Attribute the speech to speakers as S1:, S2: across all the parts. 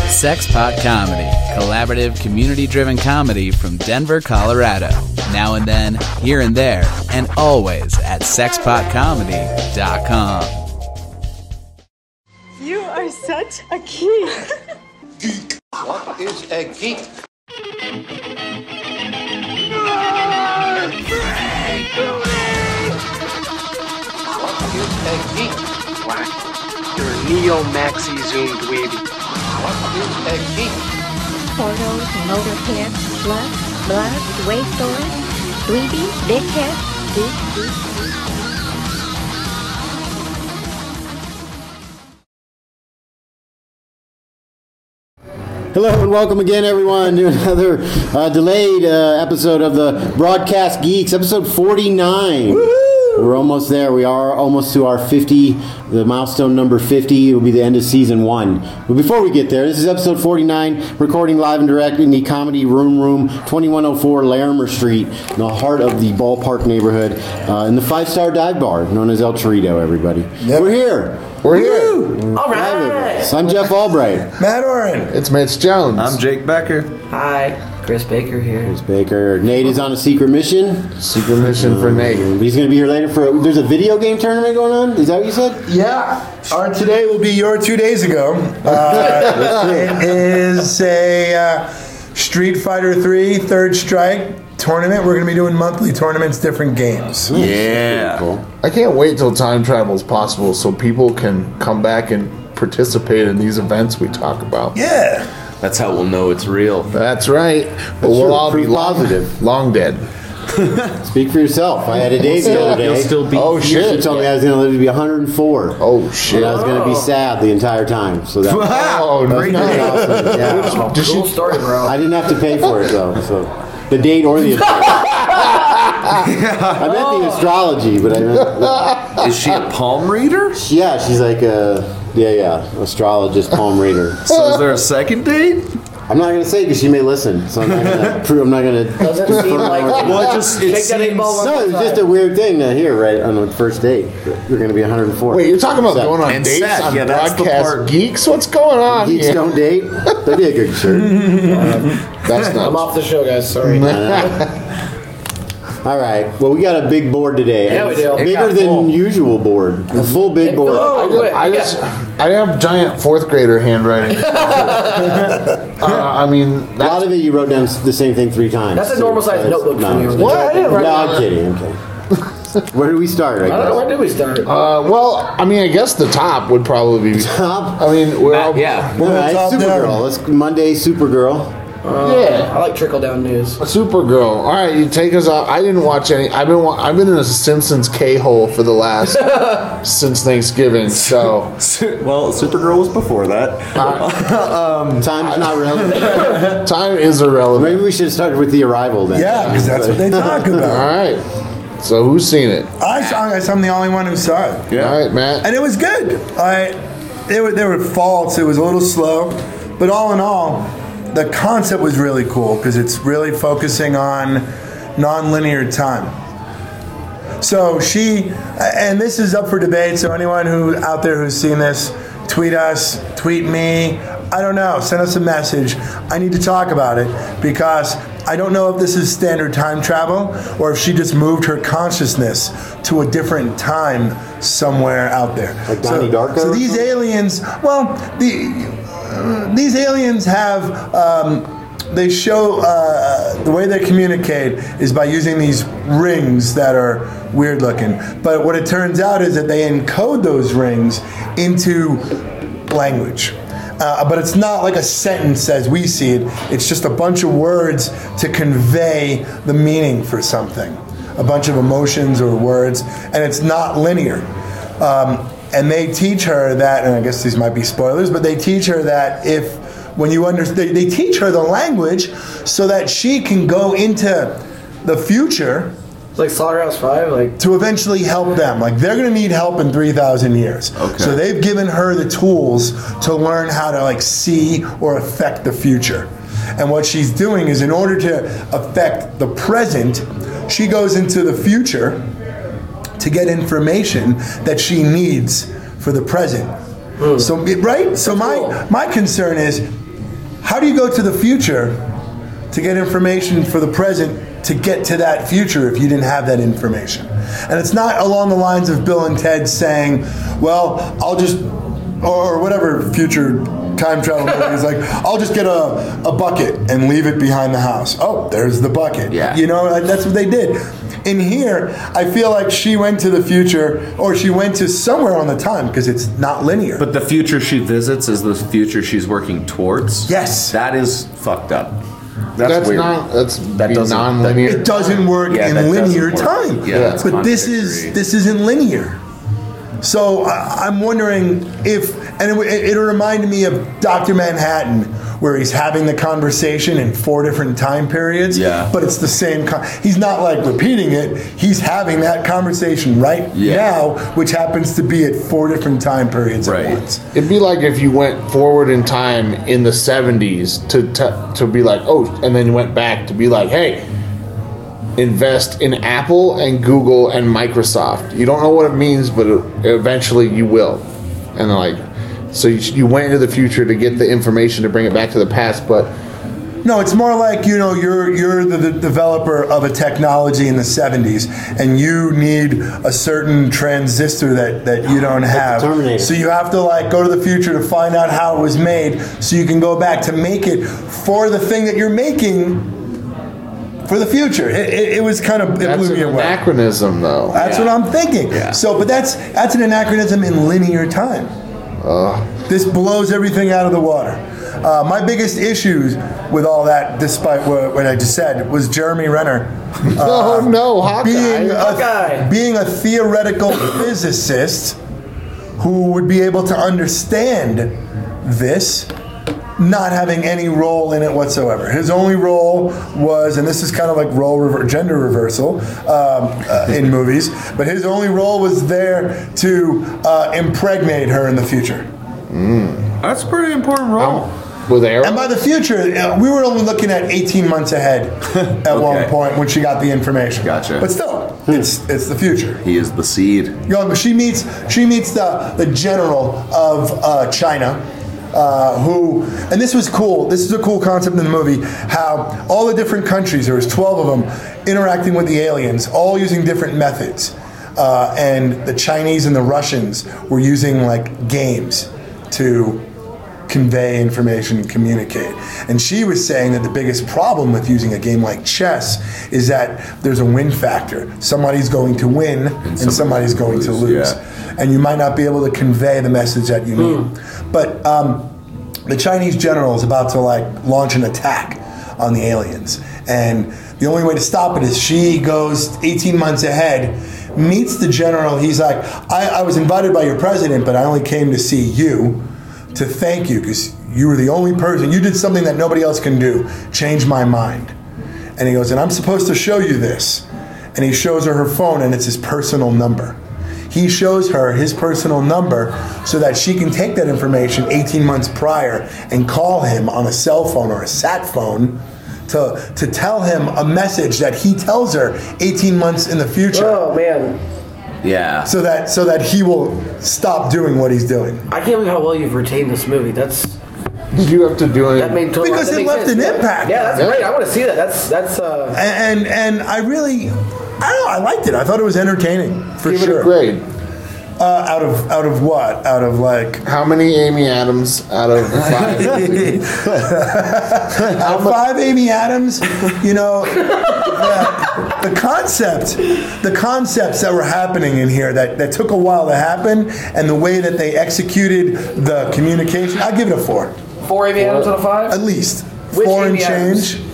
S1: Sexpot Comedy, collaborative, community driven comedy from Denver, Colorado. Now and then, here and there, and always at sexpotcomedy.com.
S2: You are such a geek.
S3: What is a geek? What is a geek?
S4: You're a neo maxi zoom dweeby.
S3: What is a geek?
S5: Portals, motorhead, slut, blood, wasteland, dweeby, dickhead, geek, geek, geek.
S6: Hello and welcome again, everyone, to another uh, delayed uh, episode of the Broadcast Geeks, episode 49. We're almost there. We are almost to our 50, the milestone number 50. It will be the end of season one. But before we get there, this is episode 49, recording live and direct in the Comedy Room Room, 2104 Larimer Street, in the heart of the ballpark neighborhood, uh, in the five star dive bar known as El Torito, everybody. We're here.
S7: We're here.
S6: All right. I'm Jeff Albright.
S7: Matt Oren. It's Mitch Jones.
S8: I'm Jake Becker.
S9: Hi, Chris Baker here.
S6: It's Baker. Nate is on a secret mission.
S7: Secret mission for Nate.
S6: He's going to be here later for. there's a video game tournament going on. Is that what you said?
S7: Yeah, our today will be your two days ago. Uh, it is a uh, Street Fighter 3 Third Strike tournament. We're going to be doing monthly tournaments, different games.
S8: Yeah.
S6: Cool.
S10: I can't wait till time travel is possible so people can come back and participate in these events we talk about.
S7: Yeah.
S8: That's how we'll know it's real.
S10: That's right. But
S6: true.
S10: we'll all be
S6: Prove
S10: long,
S6: positive.
S10: long dead.
S6: Speak for yourself. I had a date the other day.
S8: You'll still be
S6: Oh
S10: here.
S6: shit! She told me I was going to live to be 104.
S10: Oh shit.
S6: And I was going to be sad the entire time. So that. was
S10: Oh
S6: pretty awesome. Yeah.
S9: Oh, Cool story, bro.
S6: I didn't have to pay for it though. So the date or the. I meant the astrology, but I meant,
S8: Is she a palm reader?
S6: yeah, she's like a yeah, yeah, astrologist, palm reader.
S8: So is there a second date?
S6: I'm not gonna say because she may listen, so I'm not gonna. prove, I'm not gonna.
S9: Doesn't seem like
S8: Well, it just it
S9: Shake that eight
S8: seems.
S9: ball
S6: No, it's just a weird thing to hear right on the first date. that You're gonna be 104.
S10: Wait, you're talking about
S6: So,
S10: going on
S8: And
S10: dates
S8: sad.
S10: on
S8: Yeah, that's the
S10: broadcast
S8: part.
S10: geeks? What's going on?
S6: Geeks
S10: here?
S6: don't date. That'd be a good shirt.
S10: That's not.
S9: I'm off the show, guys. Sorry.
S6: All right. Well, we got a big board today.
S9: Yeah, we do.
S6: It's
S9: It
S6: Bigger
S9: got
S6: than
S9: full.
S6: usual board. A full big board.
S9: Oh, wait,
S10: I
S9: yeah.
S10: just, I have giant fourth grader handwriting. Uh, I mean,
S6: A lot
S10: that's,
S6: of it you wrote down the same thing three times.
S9: That's a
S6: So
S9: normal sized
S6: it's-
S9: notebook for me.
S6: No,
S9: What?
S10: I didn't
S6: no
S10: write
S6: I'm
S10: down.
S6: kidding. Okay. Where do we start? I
S9: I don't know. Where
S6: guess.
S9: did we start?
S10: uh,
S7: Oh.
S10: well, I mean, I guess the top would probably be.
S6: Top.
S10: I mean, we're all,
S8: yeah.
S6: All
S7: Well,
S6: right.
S7: top
S6: Supergirl.
S7: down.
S6: Let's Monday. Supergirl.
S10: yeah.
S9: I like trickle down news.
S10: Supergirl. All right, you take us out. I didn't watch any. I've been wa- I've been in a Simpsons K hole for the last since Thanksgiving. So
S8: Well, Supergirl was before that.
S6: Time's not relevant.
S10: time is irrelevant.
S6: Maybe we should have started with the arrival then.
S7: Yeah, because that's what they talk
S10: All
S7: about.
S10: right. So who's seen it?
S7: I saw, I guess I'm the only one who saw it.
S10: All right, Matt.
S7: and it was good. I there were there were faults. It was a little slow, but all in all, the concept was really cool because it's really focusing on nonlinear time. So she, and this is up for debate. So anyone who out there who's seen this, tweet us, tweet me. I don't know. Send us a message. I need to talk about it because I don't know if this is standard time travel or if she just moved her consciousness to a different time somewhere out there.
S6: Like Donnie
S7: so,
S6: Darko
S7: So
S6: or
S7: these
S6: something?
S7: aliens. Well, the uh, these aliens have um, they show uh, the way they communicate is by using these rings that are weird looking but what it turns out is that they encode those rings into language uh, but it's not like a sentence as we see it it's just a bunch of words to convey the meaning for something a bunch of emotions or words and it's not linear um, and they teach her that, and I guess these might be spoilers, but they teach her that if when you understand, they, they teach her the language so that she can go into the future
S9: It's like Slaughterhouse Five. Like
S7: to eventually help them. Like they're going to need help in 3,000 years.
S8: Okay.
S7: So they've given her the tools to learn how to like see or affect the future. And what she's doing is in order to affect the present, she goes into the future to get information that she needs for the present. So right? So my my concern is How do you go to the future to get information for the present to get to that future if you didn't have that information? And it's not along the lines of Bill and Ted saying, "Well, I'll just," or whatever future time travel movie is like, "I'll just get a, a bucket and leave it behind the house." Oh, there's the bucket.
S8: Yeah.
S7: you know like, that's what they did. In here, I feel like she went to the future, or she went to somewhere on the time because it's not linear.
S8: But the future she visits is the future she's working towards.
S7: Yes.
S8: That is fucked up. That's,
S10: That's,
S8: weird.
S10: not. That's
S8: That
S10: be
S8: doesn't-
S10: non-linear.
S7: it doesn't work
S8: Yeah, that
S7: in
S8: doesn't
S7: linear
S8: work.
S7: time.
S8: Yeah, that's
S7: but this is
S8: contradictory.
S7: this isn't linear. So I I'm wondering if, and it, w- it, it reminded me of Doctor Manhattan, where he's having the conversation in four different time periods.
S8: Yeah.
S7: But it's the same. Con- he's not like repeating it. He's having that conversation right
S8: Yeah.
S7: now, which happens to be at four different time periods
S8: Right.
S7: at once.
S10: It'd be like if you went forward in time in the 70s to, to to be like, oh, and then you went back to be like, hey, invest in Apple and Google and Microsoft. You don't know what it means, but it, eventually you will. And they're like, so you, you went into the future to get the information to bring it back to the past, but
S7: No, it's more like you know you're you're the, the developer of a technology in the '70s, and you need a certain transistor that, that you don't have.
S6: Terminator.
S7: So you have to like go to the future to find out how it was made, so you can go back to make it for the thing that you're making for the future. It, it, it was kind of it
S10: that's
S7: blew
S10: an
S7: me away.
S10: anachronism, though.
S7: That's what I'm thinking. So, but that's that's an anachronism in linear time. This blows everything out of the water. Uh, my biggest issues with all that, despite what, what I just said, was Jeremy Renner
S10: oh no,
S7: uh,
S10: Hawkeye!
S7: being a,
S9: Hawkeye.
S7: being a theoretical physicist who would be able to understand this not having any role in it whatsoever. His only role was, and this is kind of like role rever- gender reversal um, uh, in movies, but his only role was there to uh, impregnate her in the future.
S8: That's a pretty important role.
S10: With Arrow,
S7: And by the future, uh, we were only looking at 18 months ahead at one
S8: Okay.
S7: point when she got the information.
S8: Gotcha. Hmm.
S7: But still, it's it's the future.
S8: He is the seed.
S7: You know, she meets she meets the the general of uh, China. Uh, who and this was cool. This is a cool concept in the movie. How all the different countries, there was twelve of them, interacting with the aliens, all using different methods. Uh, and the Chinese and the Russians were using like games to convey information and communicate. And she was saying that the biggest problem with using a game like chess is that there's a win factor. Somebody's going to win and, somebody's going to lose.
S8: lose, yeah.
S7: And you might not be able to convey the message that you need. But um, the Chinese general is about to like launch an attack on the aliens. And the only way to stop it is she goes 18 months ahead, meets the general. He's like, I, I was invited by your president, but I only came to see you to thank you because you were the only person. You did something that nobody else can do. Change my mind. And he goes, and I'm supposed to show you this. And he shows her her phone, and it's his personal number. He shows her his personal number so that she can take that information 18 months prior and call him on a cell phone or a sat phone to, to tell him a message that he tells her 18 months in the future
S9: Oh man,
S8: Yeah.
S7: so that so that he will stop doing what he's doing.
S9: I can't believe how well you've retained this movie. That's
S10: you have to do it.
S9: that made total
S7: Because
S9: that
S7: it
S9: makes
S7: left
S9: sense.
S7: an
S9: Yeah.
S7: impact.
S9: Yeah, that's
S10: Yeah.
S9: great. I want to see that. That's that's uh.
S7: and and I really, I don't know, I liked it. I thought it was entertaining for
S10: give it
S7: sure.
S10: a grade.
S7: Uh, out of out of what? Out of like
S10: How many Amy Adams out of five?
S7: five Amy Adams. You know, the, the concept, the concepts that were happening in here that that took a while to happen, and the way that they executed the communication. I give it a four,
S9: Four Amy Adams out of five.
S7: at least
S9: Which
S7: four and
S9: Amy Adams?
S7: change.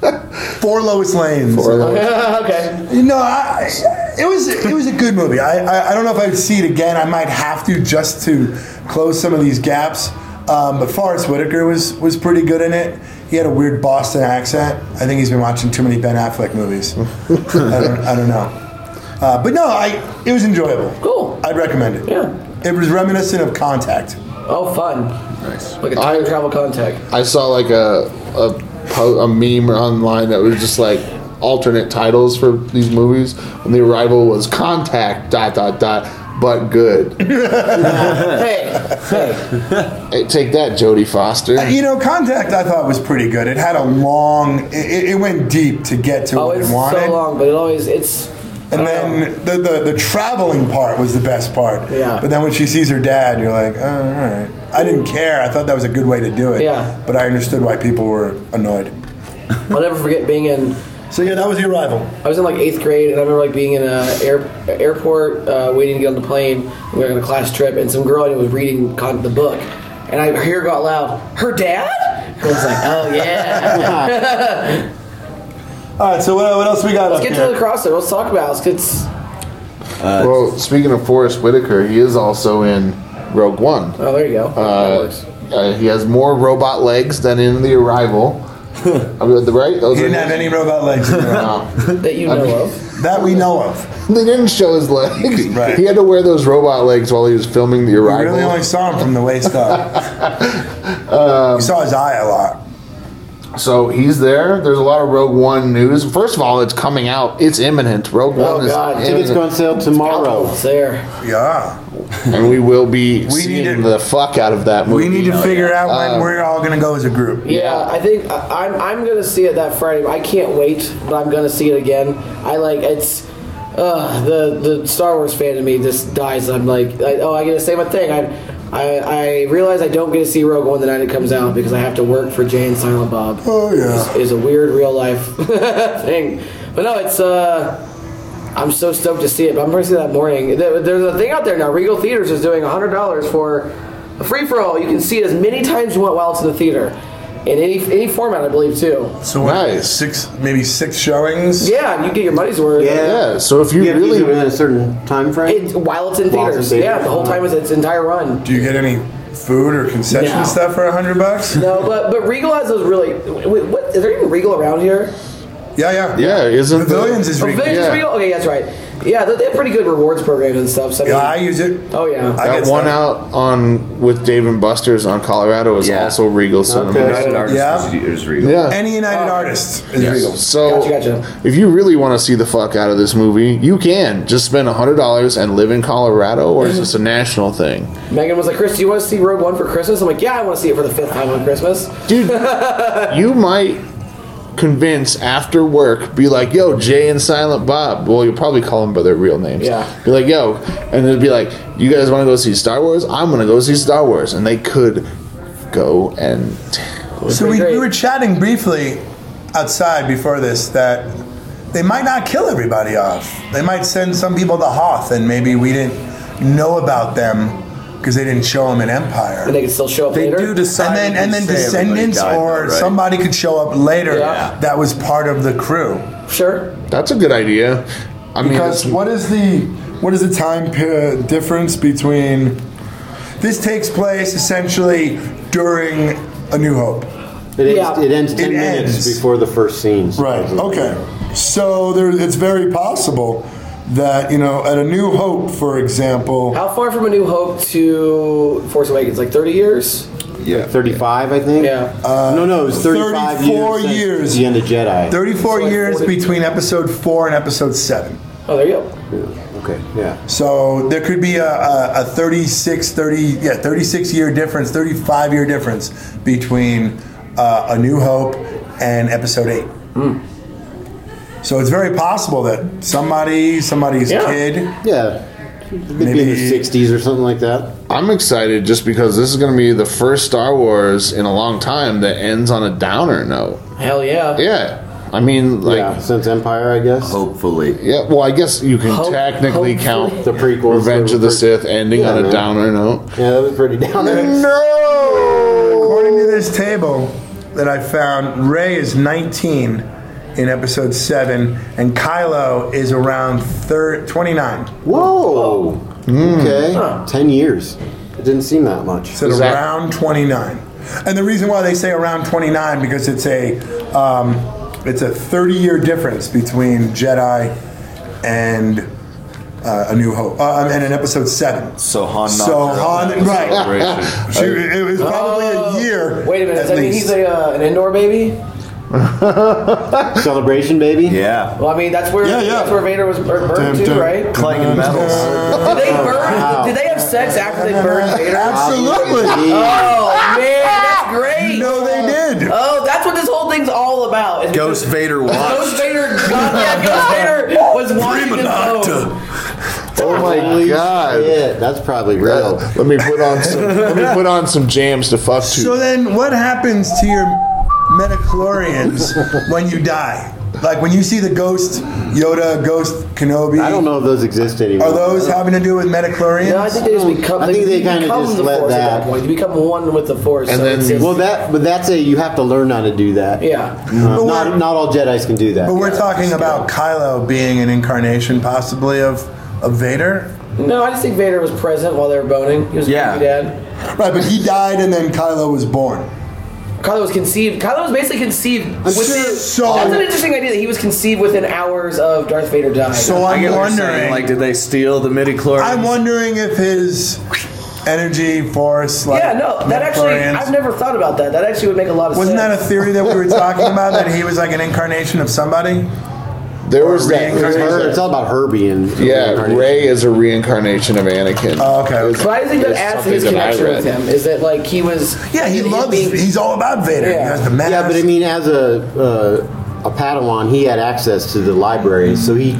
S7: Four Lois Lanes.
S9: okay.
S7: You know, I, I- it was it was a good movie. I, I I don't know if I'd see it again. I might have to just to close some of these gaps. Um, but Forrest Whitaker was was pretty good in it. He had a weird Boston accent. I think he's been watching too many Ben Affleck movies. I, don't, I don't know. Uh, but no, I it was enjoyable.
S9: Cool.
S7: I'd recommend it.
S9: Yeah.
S7: It was reminiscent of Contact.
S9: Oh, fun.
S8: Nice.
S9: Like a time
S10: I-
S9: travel contact.
S10: I saw like a a, po- a meme online that was just like alternate titles for these movies. And the arrival was Contact dot dot dot
S11: but good.
S9: Hey, hey.
S11: Hey, take that, Jodie Foster.
S7: You know, Contact I thought was pretty good. It had a long, it, it went deep to get to
S9: Oh,
S7: what
S9: it's
S7: it wanted.
S9: so long, but it always it's. Oh.
S7: And then the, the, the traveling part was the best part.
S9: Yeah.
S7: But then when she sees her dad, you're like, oh, all right. I didn't care. I thought that was a good way to do it.
S9: Yeah.
S7: But I understood why people were annoyed.
S9: I'll never forget being in.
S7: So yeah, that was the arrival.
S9: I was in like eighth grade, and I remember like being in a air, airport uh, waiting to get on the plane. We were on a class trip, and some girl I knew was reading con- the book, and I hear her go out loud, "Her dad." And I was like, "Oh yeah."
S7: All right. So what, what else we got
S9: Let's get to the crossover. Let's talk about it. It's
S11: well, speaking of Forrest Whitaker, he is also in Rogue One.
S9: oh, there you go. That
S11: Uh,
S9: works.
S11: uh, he has more robot legs than in The Arrival. I mean, right? Those
S7: He
S11: are-
S7: didn't have any robot legs. in there.
S11: No.
S9: that you
S11: I
S9: know
S11: mean-
S9: of.
S7: That we know of.
S11: They didn't show his legs.
S7: Right.
S11: He had to wear those robot legs while he was filming The
S7: We
S11: Arrival.
S7: really only saw him from the waist up. we saw his eye a lot.
S11: So he's there. There's a lot of Rogue One news. First of all, it's coming out. It's imminent. Rogue One
S9: Oh,
S11: is
S9: God.
S11: imminent.
S6: Tickets go on sale tomorrow.
S9: It's there.
S7: Yeah.
S11: and we will be
S7: need
S11: seeing
S7: to-
S11: the fuck out of that movie.
S7: We need to
S11: Oh,
S7: figure
S11: yeah.
S7: out when
S11: Uh,
S7: we're all going to go as a group.
S9: Yeah, I think I, I'm. I'm gonna see it that Friday. I can't wait, but I'm gonna see it again. I like it's. Uh, the the Star Wars fan in me just dies. I'm like, I, oh, I get to say my thing. I, I I realize I don't get to see Rogue One the night it comes out because I have to work for Jay and Silent Bob.
S7: Oh, yeah.
S9: is, is a weird real life thing. But no, it's uh. I'm so stoked to see it, but I'm going to see that morning. There- There's a thing out there now. Regal Theaters is doing $100 for a free for all. You can see it as many times you want while it's in the theater, in any any format, I believe, too.
S7: So what,
S11: Nice.
S7: six, maybe six showings.
S9: Yeah, you get your money's worth.
S11: Yeah. So if you
S6: You have to use it
S11: really
S6: within a certain time frame.
S9: It, while
S6: While it's
S9: it's in
S6: in
S9: theaters.
S6: theaters.
S9: Yeah, the whole time it's its entire run.
S7: Do you get any food or concession
S9: No.
S7: stuff for a hundred bucks?
S9: No, but but Regal has those really. Wait, what is there even Regal around here?
S7: Yeah, yeah,
S11: Yeah, isn't the-
S7: Pavilions is
S9: Oh,
S7: re-
S9: Village is
S11: yeah.
S9: Regal. Okay, that's right. Yeah, they they have pretty good rewards programs and stuff. So I mean,
S7: Yeah, I use it.
S9: oh yeah.
S7: I
S11: that
S7: get
S11: one
S7: stuff.
S11: out on with Dave and Buster's on Colorado is
S12: Yeah.
S11: also Regal Cinema.
S12: United Artists
S7: Yeah.
S12: is- is real.
S11: Yeah.
S7: Any United
S9: Oh.
S7: Artists is Regal.
S11: So
S9: Gotcha, gotcha.
S11: if you really want to see the fuck out of this movie, you can just spend hundred dollars and live in Colorado, or is this a national thing?
S9: Megan was like, Chris, do you want to see Rogue One for Christmas? I'm like, yeah, I want to see it for the fifth time on Christmas.
S11: dude you might convince after work be like yo jay and silent bob well you'll probably call them by their real names
S9: Yeah.
S11: be like yo and they'd be like you guys want to go see star wars i'm gonna go see star wars and they could go and
S7: So we,
S9: great.
S7: we were chatting briefly outside before this that they might not kill everybody off. They might send some people to Hoth, and maybe we didn't know about them because they didn't show them in Empire.
S9: And they can still show up
S12: They
S9: later.
S12: do decide.
S7: and then,
S12: to
S7: and then
S12: say everybody
S7: descendants
S12: died, though,
S7: or
S12: right?
S7: somebody could show up later
S9: Yeah.
S7: that was part of the crew.
S9: Sure.
S11: that's a good idea i mean
S7: Because
S11: it's-
S7: what is the what is the time pe- uh, difference between this takes place essentially during A New Hope?
S6: It, ends,
S9: Yeah.
S6: it ends 10
S7: It
S6: minutes
S7: ends.
S6: before the first scene. supposedly.
S7: Okay. So there, it's very possible that you know at A New Hope, for example,
S9: How far from A New Hope to Force Awakens? Like 30 years?
S12: Yeah.
S6: 35, I think?
S9: Yeah.
S6: no, no, it was 35
S7: 34
S6: years. since
S7: years.
S6: The end of Jedi.
S7: thirty-four
S9: It's like
S7: years
S9: 40.
S7: between Episode Four and Episode Seven.
S9: Oh, there you go.
S6: Okay, yeah.
S7: So there could be a, a, a 36, 30, yeah, 36 year difference, 35 year difference between uh, A New Hope and Episode 8. So it's very possible that somebody, somebody's
S9: Yeah.
S7: kid,
S6: Yeah. Maybe, in
S7: Maybe-
S6: the 60s or something like that.
S11: i'm excited just because this is gonna be the first star wars in a long time that ends on a downer note
S9: Hell yeah.
S11: yeah i mean like
S6: yeah, since Empire, I guess.
S12: Hopefully.
S11: Yeah, well, I guess you can
S9: Hope-
S11: technically
S9: hopefully.
S11: count
S6: The prequels.
S11: Revenge
S6: were
S11: of the
S6: pretty-
S11: Sith ending
S6: Yeah,
S11: on a
S6: man.
S11: downer note.
S6: Yeah, that was pretty down there.
S11: No!
S7: according to this table that I found, Ray is 19 in Episode 7, and Kylo is around thir- 29.
S6: Whoa! Okay. 10 years. It didn't seem that much.
S7: said
S11: Is that-
S7: around 29 and the reason why they say around 29 because it's a um, it's a 30 year difference between jedi and uh, a new hope uh, and an episode 7
S12: So Han.
S7: so
S12: knocked her
S7: han
S12: up in
S7: right
S12: celebration.
S7: She- it was probably a year
S9: Oh. Wait a minute.
S7: at
S9: Does that mean
S7: least.
S9: he's a, uh, an indoor baby?
S6: Celebration, baby.
S11: Yeah.
S9: Well, I mean, that's where
S7: Yeah, yeah.
S9: that's where Vader was bur- burned
S7: Dun,
S9: too,
S7: dun,
S9: right? Did
S11: Clanging metals.
S9: they burn? Did they have sex after they burned Vader?
S7: Absolutely.
S9: Oh man, that's great.
S7: No, they did.
S9: Oh, that's what this whole thing's all about. is
S11: Ghost Vader
S9: Ghost
S11: watched.
S9: Vader, God, yeah, Ghost Vader was watching his phone.
S7: Primanata.
S10: Oh my
S6: Holy
S10: god.
S6: shit, that's probably real.
S10: Uh, Let let me put on some. let me put on some jams to fuck to.
S7: So then, what happens to your metachlorians when you die? Like when you see the ghost Yoda, ghost Kenobi.
S6: I don't know if those exist anymore.
S7: Are those having to do with metachlorians?
S9: No, I think they just become.
S6: I think they
S9: you
S6: kinda
S9: become
S6: just
S9: the
S6: let
S9: force at
S6: that-
S9: that point. You become one with the force.
S10: And
S9: so
S10: then-
S9: it's just-
S6: Well, that but that's a you have to learn how to do that.
S9: yeah.
S6: Uh,
S7: But we're-
S6: not, not all Jedi's can do that.
S7: But we're talking about Kylo being an incarnation, possibly of of Vader.
S9: No, I just think Vader was present while they were boning. He was a
S11: Yeah.
S9: creepy dad.
S7: Right, but he died, and then Kylo was born.
S9: Kylo was conceived. Kylo was basically conceived within.
S7: so-
S9: that's an interesting idea that he was conceived within hours of Darth Vader dying.
S7: So
S11: I
S7: I'm
S11: get what you're
S7: wondering.
S11: saying. Like, did they steal the midi chlorians?
S7: I'm wondering if his energy force, like
S9: yeah, no, that actually,
S7: midichlorians-
S9: I've never thought about that. That actually would make a lot of
S7: Wasn't that a
S9: sense.
S7: theory that we were talking about that he was like an incarnation of somebody?
S10: there was that.
S6: It's, her, it's all about Herbie and
S10: Yeah, Ray is a reincarnation of Anakin.
S7: Oh, okay, okay.
S9: But I think that
S10: There's
S9: adds to his
S10: something that I
S9: connection with
S10: read.
S9: him. Is that like he was?
S7: Yeah, he
S9: him
S7: loves.
S9: being-
S7: He's all about Vader. He
S9: Yeah.
S7: has the mask.
S6: Yeah, but I mean, as a uh, a Padawan, he had access to the library, so he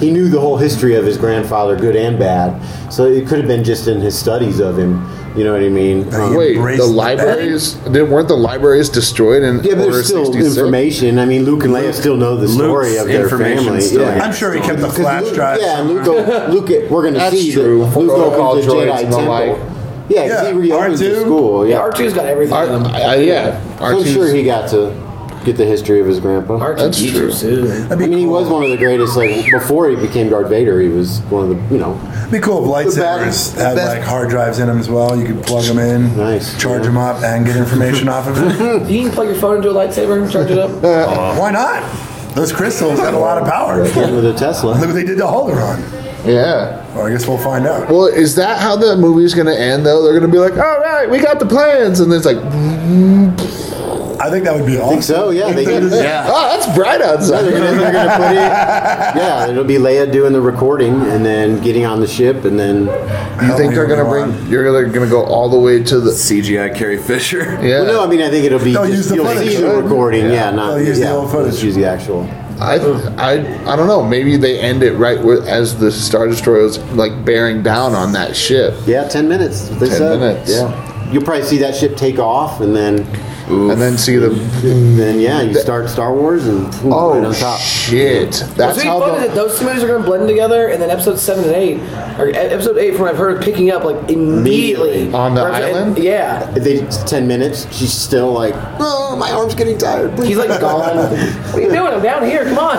S6: he knew the whole history of his grandfather, good and bad. So it could have been just in his studies of him. You know what I mean? Um,
S10: Uh, Wait,
S7: embraced
S10: the
S7: the
S10: libraries did, weren't the libraries destroyed in
S6: Yeah, but
S10: Order
S6: there's still
S10: 66?
S6: information. I mean, Luke and Leia still know the story
S11: Luke's
S6: of their
S11: information
S6: family.
S11: still
S6: yeah.
S7: I'm sure he kept the
S6: 'Cause
S7: flash
S6: Luke,
S7: drive.
S6: Yeah, and Luke, o- Luke, we're going to
S10: That's
S6: see
S10: true.
S6: that Luke
S10: Protocol
S6: opens the
S10: droids
S6: Jedi
S10: and the
S6: temple.
S10: like.
S6: Yeah, 'cause
S7: Yeah,
S6: he reopens the
S7: R2.
S6: school.
S9: Yeah,
S6: Yeah,
S9: R 2's got everything.
S10: Ar-
S9: in him.
S10: I- uh, yeah,
S6: so I'm
S10: R2's
S6: sure he got to get the history of his grandpa.
S9: R2
S10: That's true.
S6: I mean, he was one of the greatest. Like before he became Darth Vader, he was one of the you know.
S7: It'd be cool if lightsabers
S6: The bat-
S7: had
S6: the bat-
S7: like hard drives in them as well. You could plug them in,
S6: Nice,
S7: charge
S6: yeah.
S7: them up, and get information off of it.
S9: You can plug your phone into a lightsaber and charge it up.
S7: Why not? Those crystals had a lot of power. Look
S6: With a Tesla.
S7: what they did to Alderaan.
S10: Yeah.
S7: Well, I guess we'll find out.
S10: Well, is that how the movie's going to end, though? They're going to be like, all right, we got the plans. And it's like, oh,
S7: I think that would be awesome.
S6: think so, yeah, they
S7: Think
S6: did.
S7: that is-
S11: yeah.
S10: "Ah, that's bright
S6: They're
S10: outside.
S6: gonna, they're gonna put it. Yeah, it'll be Leia doing the recording and then getting on the ship and then.
S10: You think they're going to bring, you're going to go all the way to the,
S11: CGI Carrie Fisher.
S10: yeah.
S6: Well, no, I mean I think it'll be.
S7: They'll
S6: just-
S7: use the
S6: you'll
S7: footage,
S6: see the
S7: right?
S6: recording. Yeah, not
S7: They'll use the
S6: yeah,
S7: old footage.
S6: let's use the actual.
S10: I, I, I don't know. Maybe they end it right where, as the Star Destroyer is like bearing down on that ship.
S6: Yeah, ten minutes.
S10: 10
S6: They said.
S10: minutes.
S6: Yeah, you'll probably see that ship take off and then.
S10: And then see the
S6: Then yeah, you start Star Wars and boom,
S10: Oh
S6: right on top.
S10: shit!
S9: What's
S10: That's
S9: really
S10: how
S9: fun is
S10: the
S9: that those two movies are going to blend together, and then episode seven and eight, or e- episode eight, from what I've heard, picking up like immediately
S10: On the
S9: Or episode-
S10: island?
S9: Yeah,
S6: If They it's ten minutes. She's still like, oh, my arm's getting tired. please."
S9: he's like gone. what are you doing? I'm down here. Come on.